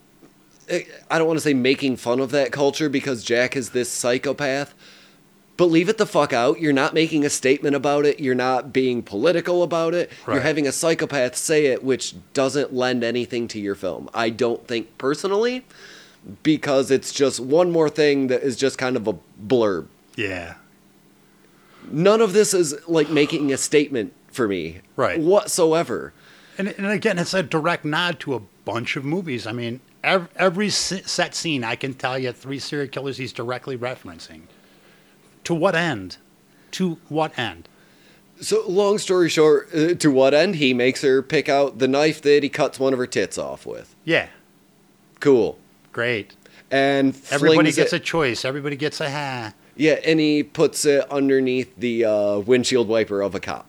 I I don't want to say making fun of that culture because Jack is this psychopath, but leave it the fuck out. You're not making a statement about it. You're not being political about it. You're
Right.
having a psychopath say it, which doesn't lend anything to your film. I don't think personally, because it's just one more thing that is just kind of a blurb.
Yeah.
None of this is like making a statement for me,
Right.
Whatsoever.
And, and again, it's a direct nod to a bunch of movies. I mean, every, every s- set scene, I can tell you three serial killers he's directly referencing. To what end? To what end?
So, long story short, uh, to what end? He makes her pick out the knife that he cuts one of her tits off with.
Yeah,
Cool.
great.
And
Everybody
flings
gets a
it,
choice. Everybody gets a ha.
yeah, and he puts it underneath the uh, windshield wiper of a cop,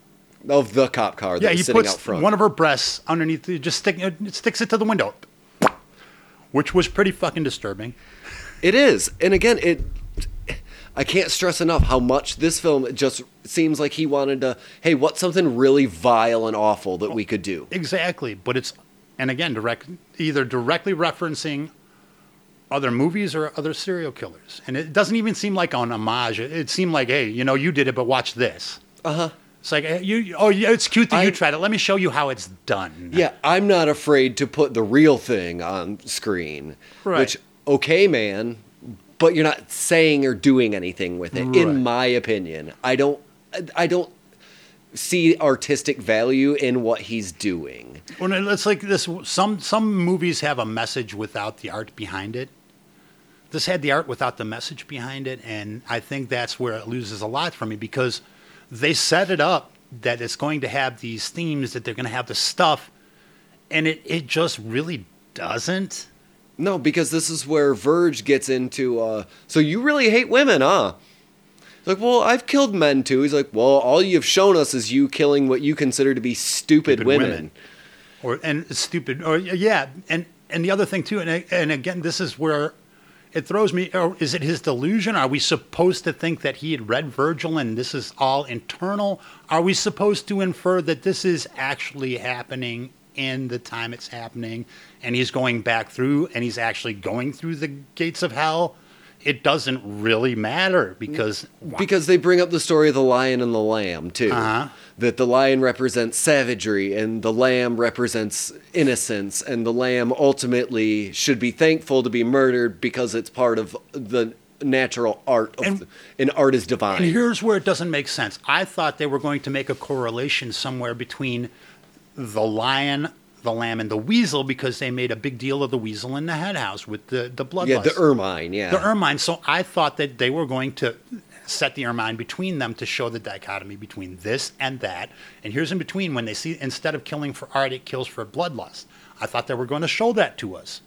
of the cop car that's
Yeah, he
sitting
puts
out front.
one of her breasts underneath. The, just stick, uh, sticks it to the window, which was pretty fucking disturbing.
It is, and again, it. I can't stress enough how much this film just seems like he wanted to. Hey, what's something really vile and awful that we could do?
Exactly, but it's and again direct either directly referencing other movies or other serial killers, and it doesn't even seem like an homage. It, it seemed like, hey, you know, you did it, but watch this. Uh huh. It's like eh, you. Oh, yeah, it's cute that
Uh-huh. I-
you tried it. Let me show you how it's done.
Yeah, I'm not afraid to put the real thing on screen.
Right.
Which, okay, man, but you're not saying or doing anything with it,
Right.
in my opinion. I don't, I don't see artistic value in what he's doing.
Well, no, it's like this. Some some movies have a message without the art behind it. This had the art without the message behind it, and I think that's where it loses a lot for me because they set it up that it's going to have these themes that they're going to have the stuff, and it it just really doesn't.
No, because this is where Verge gets into. Uh, so you really hate women, huh? It's Like, well, I've killed men too. He's like, well, all you've shown us is you killing what you consider to be stupid,
Stupid
women.
women. or and it's stupid or yeah and and the other thing too and I- and again this is where it throws me or is it his delusion are we supposed to think that he had read virgil and this is all internal are we supposed to infer that this is actually happening in the time it's happening and he's going back through and he's actually going through the gates of hell it doesn't really matter because
Because they bring up the story of the lion and the lamb too.
Uh-huh.
That the lion represents savagery and the lamb represents innocence, and the lamb ultimately should be thankful to be murdered because it's part of the natural art. Of
And-
and, art is divine.
And here's where it doesn't make sense. I thought they were going to make a correlation somewhere between the lion, the lamb, and the weasel because they made a big deal of the weasel in the head house with the, the bloodlust.
yeah, the ermine. Yeah,
The erm- ermine. So I thought that they were going to set the ermine between them to show the dichotomy between this and that. And here's in between when they see instead of killing for art, it kills for bloodlust. I thought they were going to show that to us.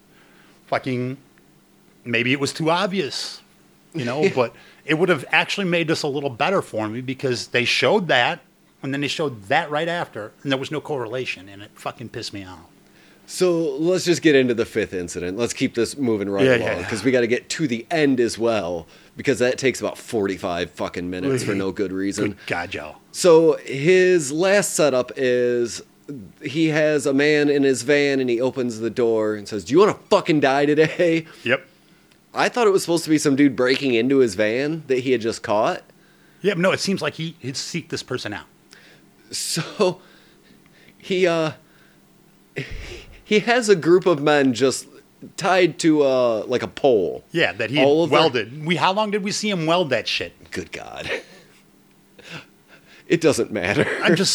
Fucking, maybe it was too obvious, you know. but it would have actually made this a little better for me because they showed that. And then they showed that right after, and there was no correlation, and it fucking pissed me off.
So let's just get into the fifth incident. Let's keep this moving right
Yeah,
along
yeah.
because we got to get to the end as well because that takes about forty-five fucking minutes for no good reason.
Good God, Joe.
So his last setup is he has a man in his van and he opens the door and says, "Do you want to fucking die today?"
Yep.
I thought it was supposed to be some dude breaking into his van that he had just caught.
Yep. No, it seems like he he'd seek this person out.
So he uh he has a group of men just tied to uh like a pole.
Yeah, that he
All
had
of their-
welded. We how long did we see him weld that shit?
Good god. It doesn't matter.
I'm just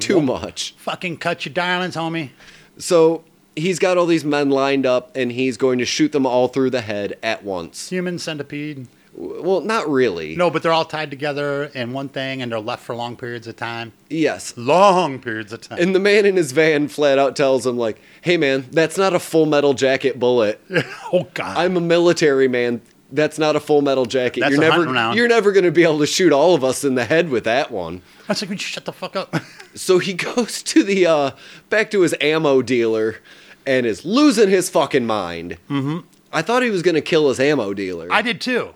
too
Well,
much.
Fucking cut your darlings, homie.
So he's got all these men lined up and he's going to shoot them all through the head at once.
Human centipede.
Well, not really.
No, but they're all tied together in one thing and they're left for long periods of time.
Yes.
Long periods of time.
And the man in his van flat out tells him, like, hey, man, that's not a full metal jacket bullet.
oh, God.
I'm a military man. That's not a full metal jacket.
That's
you're
a
never
hunting round."
you're never gonna be able to shoot all of us in the head with that one.
I was like, would you shut the fuck up?
So he goes to the uh back to his ammo dealer and is losing his fucking mind. Mm-hmm. I thought he was gonna kill his ammo dealer.
I did too.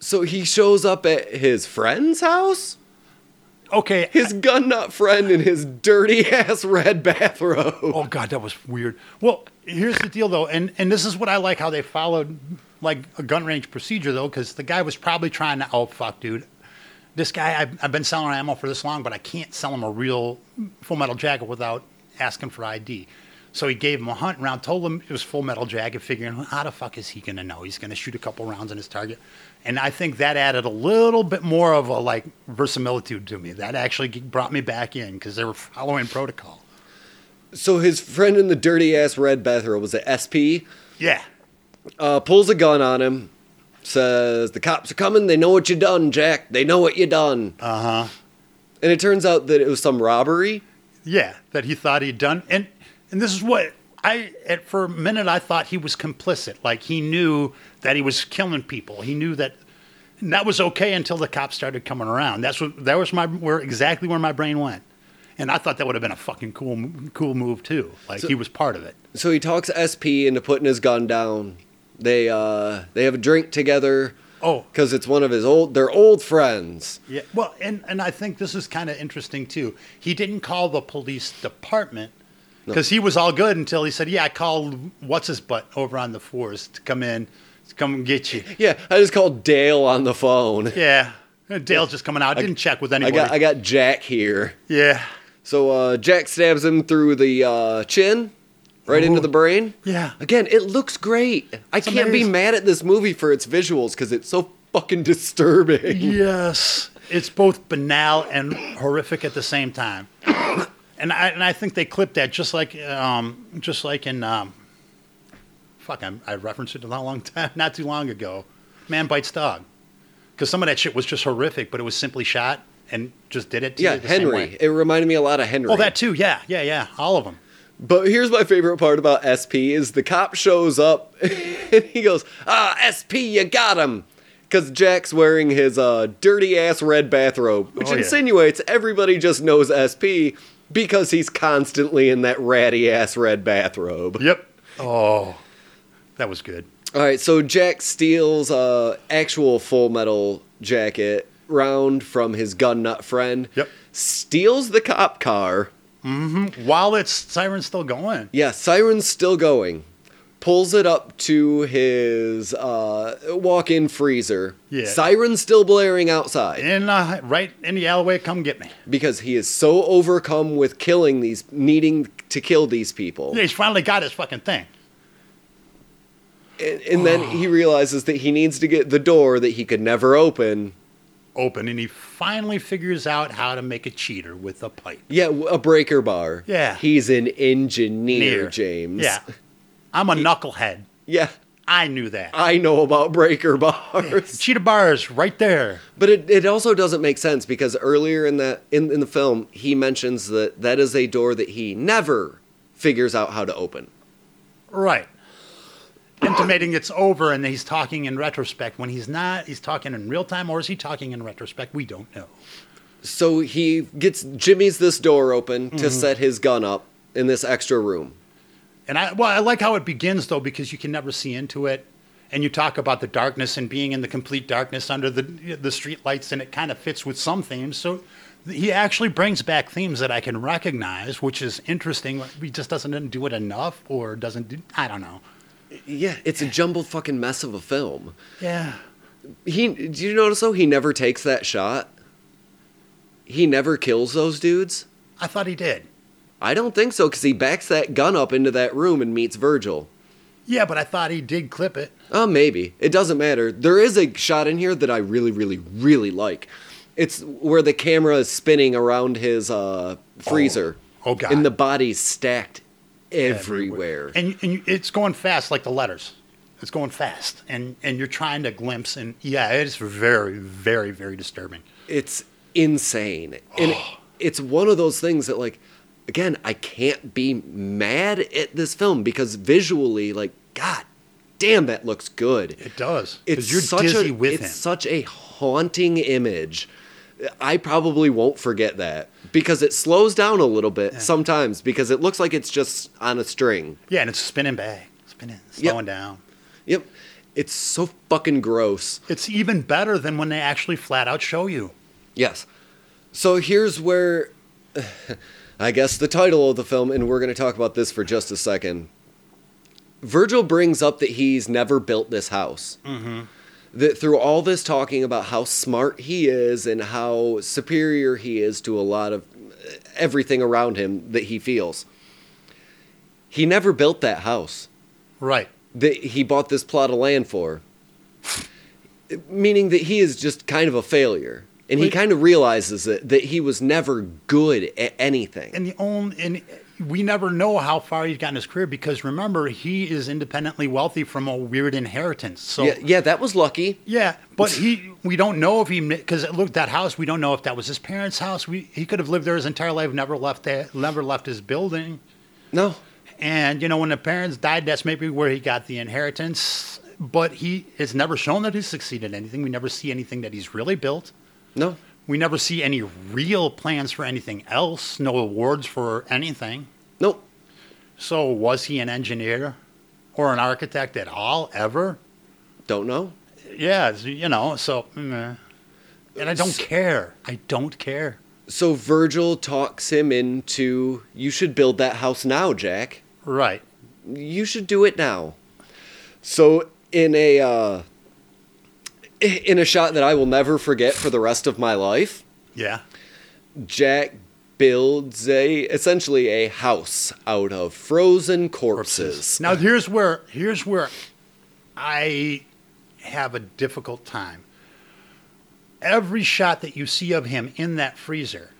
so he shows up at his friend's house?
Okay.
His gun nut friend in his dirty ass red bathrobe.
oh god that was weird well here's the deal though and and this is what i like how they followed like a gun range procedure though because the guy was probably trying to oh fuck dude this guy I've, I've been selling ammo for this long but i can't sell him a real full metal jacket without asking for id so he gave him a hunt round told him it was full metal jacket figuring how the fuck is he going to know he's going to shoot a couple rounds on his target and i think that added a little bit more of a like verisimilitude to me that actually brought me back in because they were following protocol
So his friend in the dirty ass red bathrobe was an SP.
yeah
Uh, pulls a gun on him. Says the cops are coming. They know what you done, Jack. They know what you done. Uh huh. And it turns out that it was some robbery.
Yeah, that he thought he'd done, and and this is what I at for a minute I thought he was complicit, like he knew that he was killing people. He knew that and that was okay until the cops started coming around. That's what that was my where exactly where my brain went, and I thought that would have been a fucking cool mo- cool move too. Like he was part of it.
So he talks SP into putting his gun down. They uh they have a drink together.
Oh.
because it's one of his old their old friends.
Yeah. Well, and and I think this is kind of interesting too. He didn't call the police department because he was all good until he said, "Yeah, I called what's his butt over on the fours to come in, to come and get you."
Yeah, I just called Dale on the phone.
Yeah. Dale's just coming out. Didn't check with
I
anybody.
got I got Jack here.
yeah.
So uh, Jack stabs him through the uh, chin, right into the brain.
Yeah.
Again, it looks great. I can't be
amazing.
mad at this movie for its visuals because it's so fucking disturbing.
Yes. It's both banal and horrific at the same time. And I and I think they clipped that just like um just like in um fuck I'm, I referenced it a long, long time not too long ago. Man bites dog. Because some of that shit was just horrific, but it was simply shot and just did it. To
Yeah,
you the same
Henry.
way.
It reminded me a lot of Henry.
Oh, that too. Yeah, yeah, yeah. All of them.
But here's my favorite part about SP is the cop shows up and he goes, "Ah, SP, you got him." Because Jack's wearing his uh, dirty ass red bathrobe, which
Oh, yeah.
insinuates everybody just knows SP because he's constantly in that ratty ass red bathrobe.
Yep. Oh, that was good.
All right, so Jack steals a actual Full Metal Jacket round from his gun nut friend.
Yep.
Steals the cop car.
While it's siren's still going.
Yeah, siren's still going. Pulls it up to his uh, walk-in freezer.
Yeah.
Siren's still blaring outside
in uh, right in the alleyway. Come get me.
because he is so overcome with killing these, needing to kill these people.
Yeah, he's finally got his fucking thing.
And, and then he realizes that he needs to get the door that he could never open.
Open, and he finally figures out how to make a cheater with a pipe.
Yeah, w- a breaker bar.
Yeah.
He's an engineer,
Near.
James.
Yeah, I'm a knucklehead.
Yeah.
I knew that.
I know about breaker bars.
cheater bars right there.
But it, it also doesn't make sense because earlier in the in, in the film he mentions that that is a door that he never figures out how to open.
Right. Intimating it's over, and he's talking in retrospect. When he's not, he's talking in real time, or is he talking in retrospect? We don't know.
So he gets Jimmy's this door open to set his gun up in this extra room.
And I well, I like how it begins though because you can never see into it, and you talk about the darkness and being in the complete darkness under the the street lights, and it kind of fits with some themes. So he actually brings back themes that I can recognize, which is interesting. He just doesn't do it enough, or doesn't do, I don't know.
Yeah, it's a jumbled fucking mess of a film.
Yeah.
He do you notice though he never takes that shot? He never kills those dudes?
I thought he did.
I don't think so because he backs that gun up into that room and meets Virgil.
Yeah, but I thought he did clip it.
Oh, maybe. It doesn't matter. There is a shot in here that I really, really, really like. It's where the camera is spinning around his uh, freezer.
Oh. Oh, God.
And the body's stacked everywhere.
And, and you- it's going fast like the letters. It's going fast, and and you're trying to glimpse, and yeah, it's very, very, very disturbing.
It's insane. And it's one of those things that like again, I can't be mad at this film because visually like god damn that looks good.
It does. 'Cause
It's
you're
such
dizzy
a,
with
it's
him.
such a haunting image. I probably won't forget that because it slows down a little bit sometimes because it looks like it's just on a string.
yeah, and it's spinning back, spinning, slowing down.
Yep. It's so fucking gross.
It's even better than when they actually flat out show you.
Yes. So here's where I guess the title of the film, and we're going to talk about this for just a second. Virgil brings up that he's never built this house. Mm-hmm. That through all this talking about how smart he is and how superior he is to a lot of everything around him that he feels, he never built that house
Right.
that he bought this plot of land for. Meaning that he is just kind of a failure. And he
Wait.
kind of realizes that, that he was never good at anything.
And the only and we never know how far he's gotten his career because remember he is independently wealthy from a weird inheritance. So
yeah, yeah, that was lucky.
Yeah, but he we don't know if he because look that house we don't know if that was his parents' house. We he could have lived there his entire life, never left that, never left his building.
No.
And you know when the parents died, that's maybe where he got the inheritance. But he it's never shown that he's succeeded in anything. We never see anything that he's really built.
No.
We never see any real plans for anything else. No awards for anything.
No.
So was he an engineer or an architect at all ever?
Don't know.
Yeah, it's- you know. So, mm, and I don't care. I don't care.
So Virgil talks him into you should build that house now, Jack.
Right.
you should do it now. So in a uh, in a shot that I will never forget for the rest of my life,
Yeah.
Jack builds a essentially a house out of frozen corpses.
Now here's where here's where I have a difficult time. Every shot that you see of him in that freezer,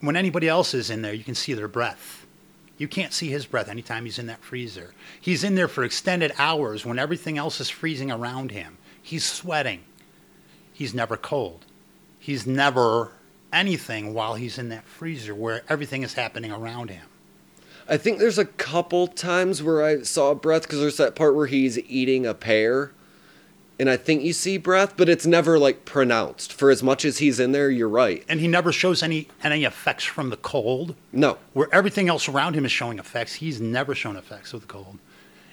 when anybody else is in there, you can see their breath. You can't see his breath anytime he's in that freezer. He's in there for extended hours when everything else is freezing around him. He's sweating. He's never cold. He's never anything while he's in that freezer where everything is happening around him.
I think there's a couple times where I saw breath because there's that part where he's eating a pear, and I think you see breath, but it's never like pronounced. For as much as he's in there, you're right.
and he never shows any any effects from the cold.
No,
Where everything else around him is showing effects, he's never shown effects of the cold.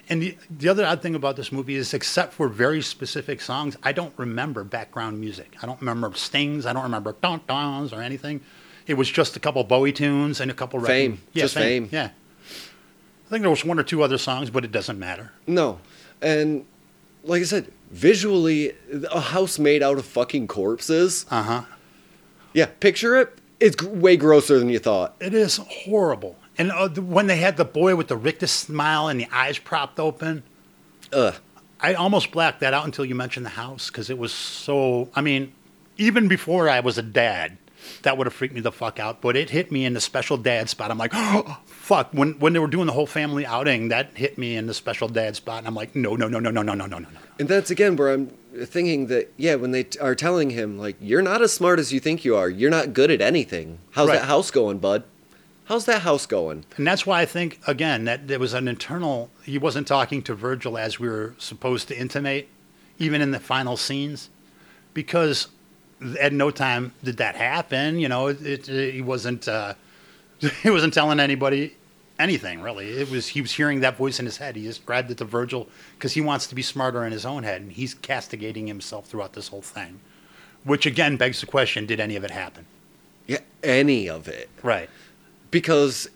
And the, the other odd thing about this movie is, except for very specific songs, I don't remember background music. I don't remember stings. I don't remember dun dons or anything. It was just a couple Bowie tunes and a couple rec-
Fame. Just fame.
Yeah. I think there was one or two other songs, but it doesn't matter.
No. And like I said, visually, a house made out of fucking corpses.
Uh huh.
Yeah, picture it. It's gr- way grosser than you thought.
It is horrible. And uh, the, when they had the boy with the rictus smile and the eyes propped open,
Ugh.
I almost blacked that out until you mentioned the house because it was so. I mean, even before I was a dad, that would have freaked me the fuck out. But it hit me in the special dad spot. I'm like, fuck. When when they were doing the whole family outing, that hit me in the special dad spot, and I'm like, no, no, no, no, no, no, no, no, no. no.
And that's again where I'm thinking that, yeah, when they t- are telling him, like, you're not as smart as you think you are. You're not good at anything. How's
Right.
that house going, bud? How's that house going?
And that's why I think again that there was an internal. He wasn't talking to Virgil as we were supposed to intimate, even in the final scenes, because at no time did that happen. You know, it, it, he wasn't. Uh, he wasn't telling anybody anything really. It was he was hearing that voice in his head. He just grabbed it to Virgil because he wants to be smarter in his own head, and he's castigating himself throughout this whole thing, which again begs the question: Did any of it happen?
Yeah, any of it.
Right.
Because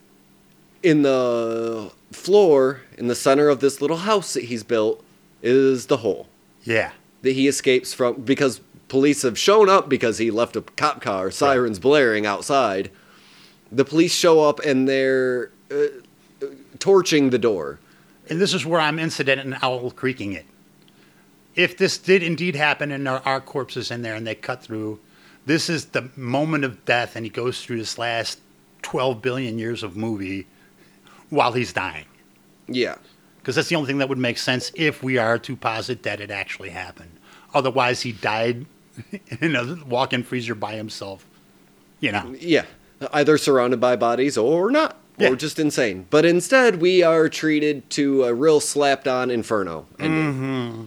in the floor, in the center of this little house that he's built, is the hole.
Yeah.
that he escapes from because police have shown up because he left a cop car sirens blaring outside the police show up and they're uh, uh, torching the door
and this is where I'm incident and owl creaking it. If this did indeed happen and there are corpses in there and they cut through, this is the moment of death and he goes through this last 12 billion years of movie while he's dying.
yeah
because that's the only thing that would make sense if we are to posit that it actually happened. Otherwise, he died in a walk-in freezer by himself. You know,
Yeah. Either surrounded by bodies or not.
Yeah.
Or just insane. But instead, we are treated to a real slapped on inferno ending.
Mm-hmm.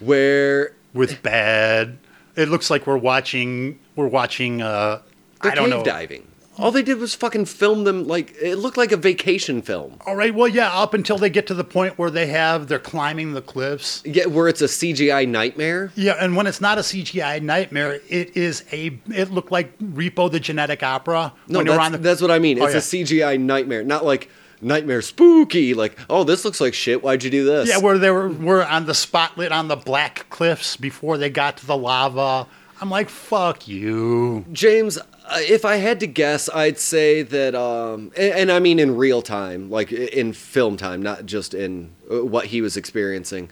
Where
with bad. It looks like we're watching. We're watching. Uh,
they're
I don't
cave
know.
diving. All they did was fucking film them like it looked like a vacation film.
All right. Well, yeah. Up until they get to the point where they have they're climbing the cliffs.
Yeah, where it's a CGI nightmare.
Yeah, and when it's not a CGI nightmare, it is a. It looked like Repo the Genetic Opera.
No,
when you're
that's,
on the,
that's what I mean.
Oh,
It's
yeah.
a CGI nightmare, not like nightmare spooky. Like, oh, this looks like shit. Why'd you do this?
Yeah, where they were, were on the spotlight on the black cliffs before they got to the lava. I'm like, fuck you.
James, uh, if I had to guess, I'd say that, um, and, and I mean in real time, like i- in film time, not just in uh, what he was experiencing.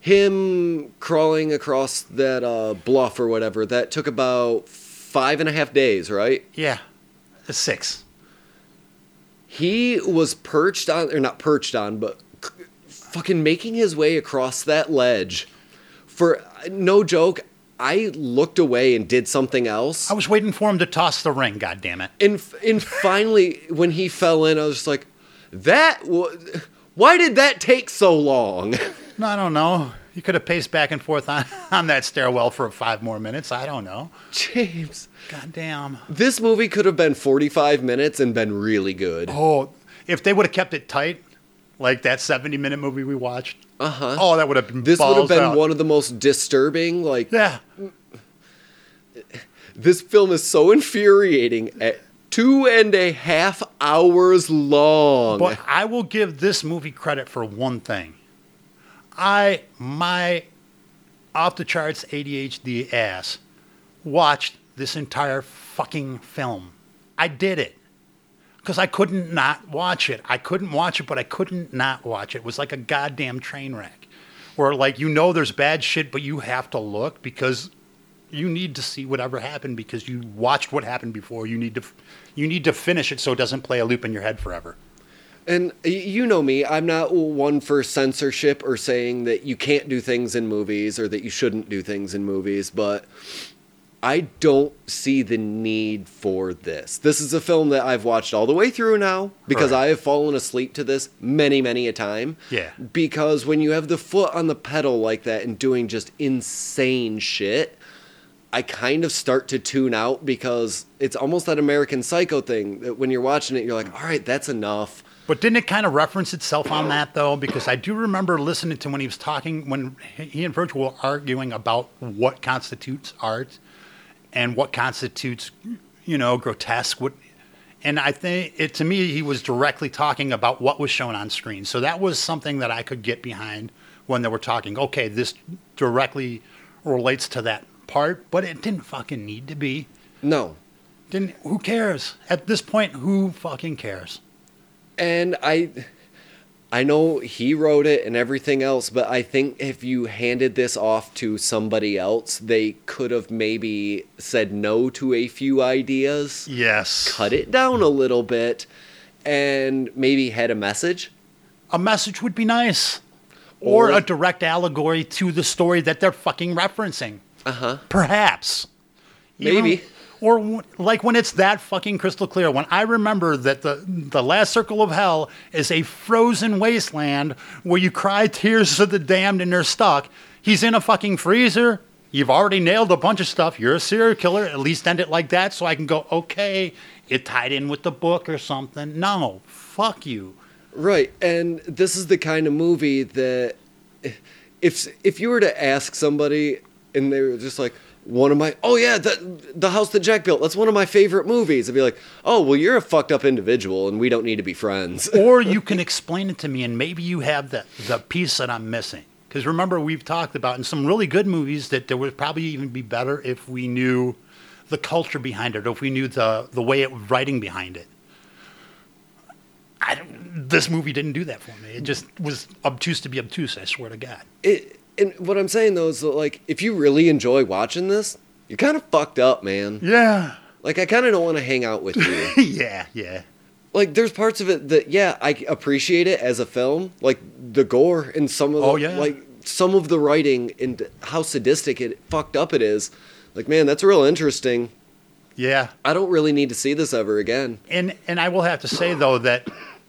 Him crawling across that uh, bluff or whatever, that took about five and a half days, right?
Yeah, a six.
He was perched on, or not perched on, but c- fucking making his way across that ledge for no joke. I looked away and did something else.
I was waiting for him to toss the ring. God damn it!
and and finally when he fell in i was just like that wa- why did that take so long
No, I don't know. You could have paced back and forth on, on that stairwell for five more minutes. I don't know.
james
God damn.
this movie could have been 45 minutes and been really good
Oh, if they would have kept it tight, like that 70 minute movie we watched. Uh huh. Oh, that would have been.
Uh-huh. this would have
balls
been
out.
one of the most disturbing like
Yeah.
this film is so infuriating at two and a half hours long
But I will give this movie credit for one thing. I, my off the charts ADHD ass, watched this entire fucking film. I did it. Because I couldn't not watch it. I couldn't watch it, but I couldn't not watch it. It was like a goddamn train wreck. Where, like, you know there's bad shit, but you have to look because you need to see whatever happened because you watched what happened before. You need to, you need to finish it so it doesn't play a loop in your head forever.
And y- you know me, I'm not one for censorship or saying that you can't do things in movies or that you shouldn't do things in movies, but I don't see the need for this. This is a film that I've watched all the way through now because
Right.
I have fallen asleep to this many, many a time.
Yeah.
Because when you have the foot on the pedal like that and doing just insane shit, I kind of start to tune out because it's almost that American Psycho thing that when you're watching it, you're like, all right, that's enough.
But didn't it kind of reference itself on that though? Because I do remember listening to when he was talking, when he and Virgil were arguing about what constitutes art and what constitutes, you know, grotesque. What, and I think it to me, he was directly talking about what was shown on screen. So that was something that I could get behind when they were talking. Okay, this directly relates to that part, but it didn't fucking need to be.
No,
Didn't? Who cares? At this point, who fucking cares?
and i i know he wrote it and everything else but i think if you handed this off to somebody else they could have maybe said no to a few ideas
Yes.
cut it down a little bit and maybe had a message
a message would be nice or,
Or-
a direct allegory to the story that they're fucking referencing. Uh-huh. Perhaps. You know?
Maybe.
or w- like when it's that fucking crystal clear when I remember that the the last circle of hell is a frozen wasteland where you cry tears to the damned and they're stuck. He's in a fucking freezer. You've already nailed a bunch of stuff. You're a serial killer. At least end it like that so I can go, okay, it tied in with the book or something. No, fuck you.
right and this is the kind of movie that if if you were to ask somebody and they were just like one of my oh yeah the the house that Jack built that's one of my favorite movies I'd be like oh well you're a fucked up individual and we don't need to be friends
or you can explain it to me and maybe you have the, the piece that i'm missing because remember we've talked about in some really good movies that there would probably even be better if we knew the culture behind it or if we knew the, the way it writing behind it I don't, this movie didn't do that for me it just was obtuse to be obtuse i swear to god
it, and what I'm saying though is that, like if you really enjoy watching this you're kind of fucked up man
yeah
like I kind of don't want to hang out with you
yeah yeah
like there's parts of it that yeah I appreciate it as a film, like the gore and some of the,
Oh, yeah.
like some of the writing and how sadistic it fucked up it is. Like man, that's real interesting.
Yeah.
I don't really need to see this ever again.
And and I will have to say though that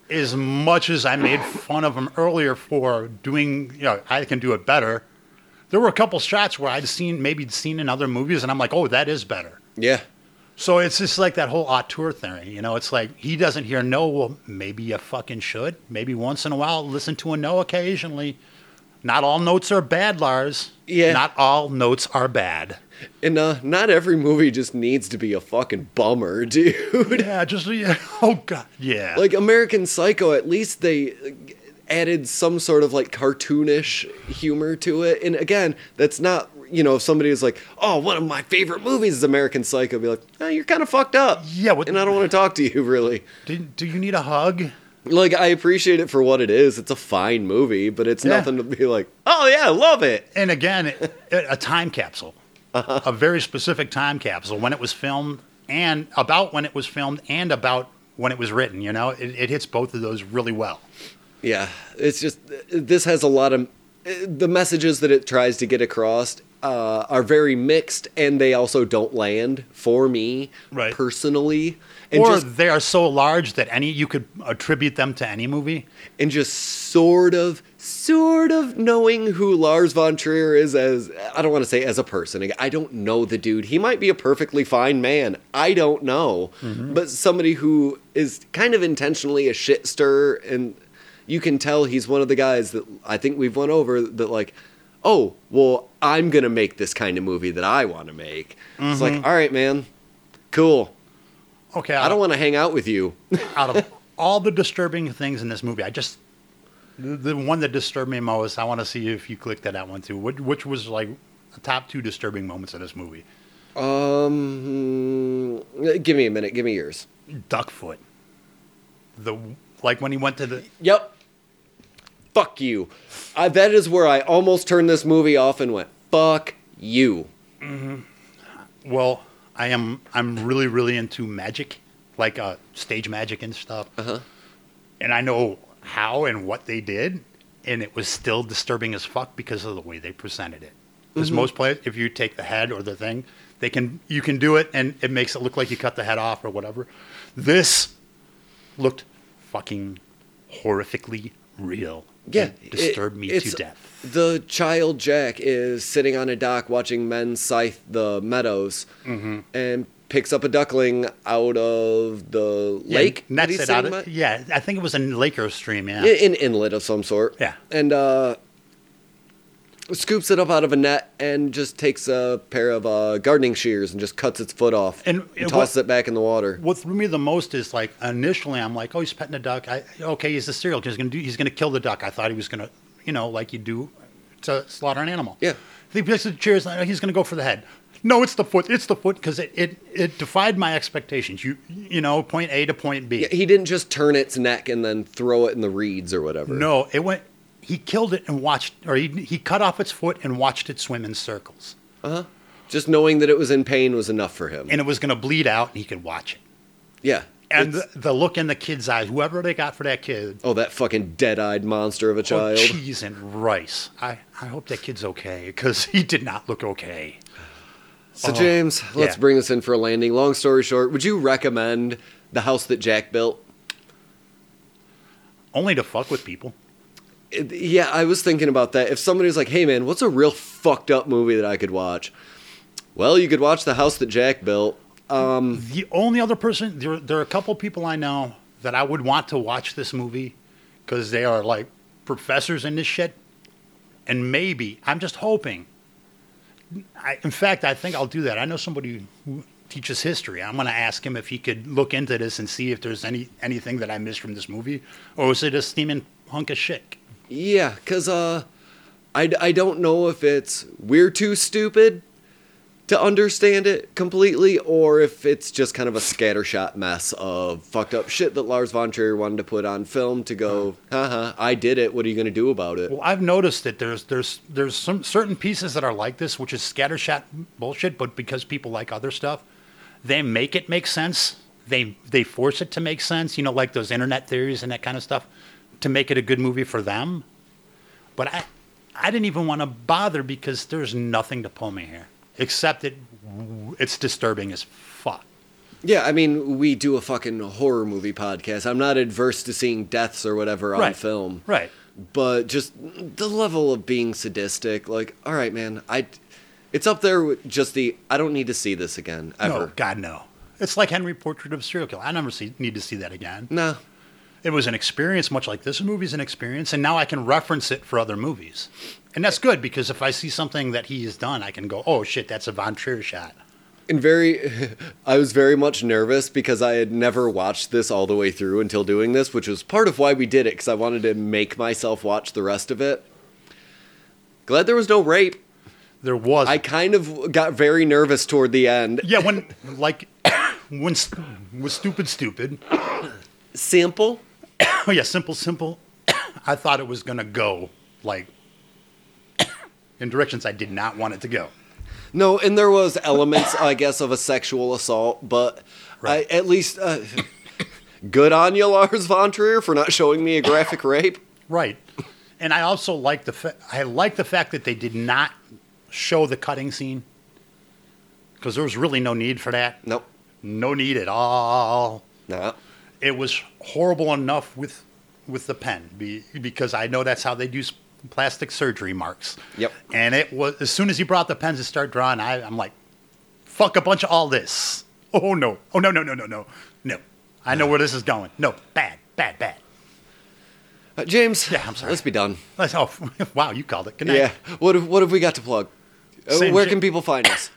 as much as I made fun of him earlier for doing, you know, I can do it better. There were a couple shots where I'd seen maybe seen in other movies, and I'm like, oh, that is better.
Yeah.
So it's just like that whole auteur theory, you know. It's like he doesn't hear no. Well, maybe you fucking should. Maybe once in a while, listen to a no occasionally. Not all notes are bad, Lars.
Yeah.
Not all notes are bad.
And uh, not every movie just needs to be a fucking bummer, dude.
Yeah. Just yeah. Oh god. Yeah.
like American Psycho, at least they uh, added some sort of like cartoonish humor to it. And again, that's not you know if somebody is like, oh, one of my favorite movies is American Psycho, be like, oh, you're kind of fucked up.
Yeah, what-
and I don't want to talk to you really.
do, do you need a hug?
Like I appreciate it for what it is. It's a fine movie, but it's
Yeah.
nothing to be like, oh yeah, I love it.
and again, it- it- a time capsule,
Uh-huh.
a very specific time capsule when it was filmed and about when it was filmed and about when it was written. You know, it, it hits both of those really well.
Yeah, it's just this has a lot of the messages that it tries to get across uh, are very mixed, and they also don't land for me
Right.
personally. And
or
just
they are so large that any you could attribute them to any movie.
and just sort of, sort of knowing who Lars von Trier is as I don't want to say as a person. I don't know the dude. He might be a perfectly fine man. I don't know, but somebody who is kind of intentionally a shit stirrer, and you can tell he's one of the guys that I think we've went over that like. Oh, well, I'm going to make this kind of movie that I want to make. It's like, all right, man, cool.
Okay,
I don't want to hang out with you.
out of all the disturbing things in this movie, I just the, the one that disturbed me most. I want to see if you clicked at that one too. Which, which was like the top two disturbing moments of this movie.
Um, mm, give me a minute. Give me yours.
Duckfoot, the like when he went to the
Yep. Fuck you. I, that is where I almost turned this movie off and went, fuck you.
Well, I am. I'm really, really into magic, like uh, stage magic and stuff. Uh-huh. And I know how and what they did, and it was still disturbing as fuck because of the way they presented it. Because
Mm-hmm.
most plays, if you take the head or the thing, they can you can do it, and it makes it look like you cut the head off or whatever. This looked fucking horrifically real.
Yeah.
and disturbed
it-
me to
it's-
death.
The child Jack is sitting on a dock watching men scythe the meadows
Mm-hmm.
and picks up a duckling out of the
Yeah,
lake. that
nets
he's
it out
sitting
of,
by.
yeah, I think it was a lake or a stream.
Yeah, an inlet of some sort.
Yeah.
And uh, scoops it up out of a net and just takes a pair of uh, gardening shears and just cuts its foot off
And it wa-
tosses it back in the water.
what threw me the most is like initially I'm like, oh, he's petting a duck. I okay, he's a serial killer. He's gonna do. He's gonna kill the duck. I thought he was gonna, you know, like you do to slaughter an animal.
Yeah.
He picks the chairs. like, He's gonna go for the head. No, it's the foot. It's the foot because it, it it defied my expectations. You you know, point A to point B.
Yeah, he didn't just turn its neck and then throw it in the reeds or whatever.
no, it went. He killed it and watched, or he he cut off its foot and watched it swim in circles.
Just knowing that it was in pain was enough for him.
And it was gonna bleed out, and he could watch it.
yeah.
And the,
It's-
the look in the kid's eyes, whoever they got for that kid,
oh, that fucking dead eyed monster of a
Oh,
child.
cheese and rice. I, I hope that kid's okay because he did not look okay.
so, James, let's
Oh, yeah.
bring this in for a landing. Long story short, would you recommend the house that Jack built?
Only to fuck with people.
It- yeah, I was thinking about that. If somebody's like, hey, man, what's a real fucked up movie that I could watch? Well, you could watch The House That Jack Built.
The only other person, there, there are a couple people I know that I would want to watch this movie because they are like professors in this shit. And maybe, I'm just hoping. I, in fact, I think I'll do that. I know somebody who teaches history. I'm going to ask him if he could look into this and see if there's any anything that I missed from this movie or was it a steaming hunk of shit?
Yeah, because uh, I, I don't know if it's we're too stupid to understand it completely or if it's just kind of a scattershot mess of fucked up shit that Lars von Trier wanted to put on film to go, haha, I did it. What are you going to do about it?
Well, I've noticed that there's there's there's some certain pieces that are like this, which is scattershot bullshit. But because people like other stuff, they make it make sense they they force it to make sense. You know, like those internet theories and that kind of stuff, to make it a good movie for them. But I, I didn't even want to bother because there's nothing to pull me here except it, it's disturbing as fuck.
Yeah, I mean, we do a fucking horror movie podcast. I'm not adverse to seeing deaths or whatever on
Right.
film.
Right.
But just the level of being sadistic, like, all right, man, I, it's up there with just the, I don't need to see this again,
No,
ever.
God no. It's like Henry Portrait of a Serial Killer. I never see, need to see that again.
No. Nah.
It was an experience, much like this movie's an experience, and now I can reference it for other movies, and that's good because if I see something that he has done, I can go, "Oh shit, that's a Von Trier shot."
And very, I was very much nervous because I had never watched this all the way through until doing this, which was part of why we did it because I wanted to make myself watch the rest of it. Glad there was no rape.
There was,
I kind of got very nervous toward the end.
yeah, when like when s- was stupid, stupid.
Simple.
Oh yeah, simple, simple. I thought it was gonna go like in directions I did not want it to go.
No, and there was elements, I guess, of a sexual assault, but
Right.
I, at least uh, good on you, Lars von Trier, for not showing me a graphic rape.
Right. And I also like the fa- I like the fact that they did not show the cutting scene because there was really no need for that.
Nope.
No need at all.
Nah.
It was horrible enough with with the pen be, because I know that's how they do s- plastic surgery marks.
Yep.
And it was as soon as he brought the pens to start drawing, I, I'm like, fuck a bunch of all this. Oh no! Oh no! No! No! No! No! No! I know where this is going. No, bad, bad, bad.
Uh, James,
Yeah, I'm sorry.
let's be done.
Oh, wow! You called it. Good night.
Yeah. What have, what have we got to plug? Uh,
Same
where
shit.
can people find us?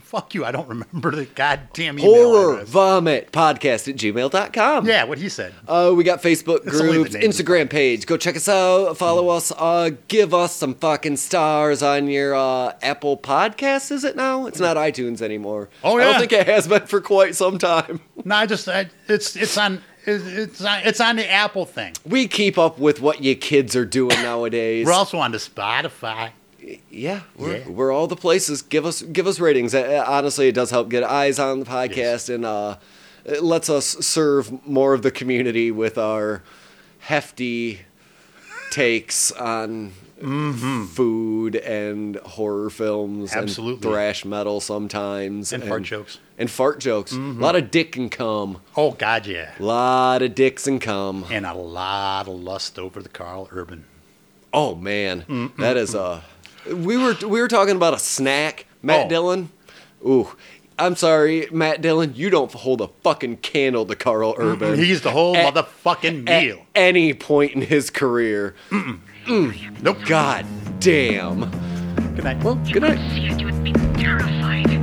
Fuck you, I don't remember the goddamn email
Horror
address.
Vomit Podcast at gmail.com.
yeah, what he said.
Uh, we got Facebook
That's only the
groups,
name of the
Instagram page. Go check us out. Follow us. Uh, give us some fucking stars on your uh, Apple Podcasts. Is it now? It's not iTunes anymore.
Oh,
I don't
yeah.
think it has been for quite some time.
No, I just I, it's it's on it's it's on, it's on the Apple thing.
We keep up with what you kids are doing nowadays.
We're also on the Spotify.
yeah, we're,
Yeah.
we're all the places. Give us give us ratings. Uh, honestly, it does help get eyes on the podcast
Yes.
and uh, it lets us serve more of the community with our hefty takes on
Mm-hmm.
food and horror films and
Absolutely.
thrash metal sometimes
And fart jokes. Mm-hmm.
and fart jokes. A lot of dick and cum.
Oh God, yeah,
A lot of dicks and cum.
and a lot of lust over the Carl Urban.
Oh man, That is a. We were we were talking about a snack, Matt
Oh.
Dillon. Ooh, I'm sorry, Matt Dillon. You don't hold a fucking candle to Carl Urban.
He's the whole
At-
motherfucking
at
meal.
any point in his career.
Nope.
God damn.
Good night.
Well, good night.
See it, you would be terrified.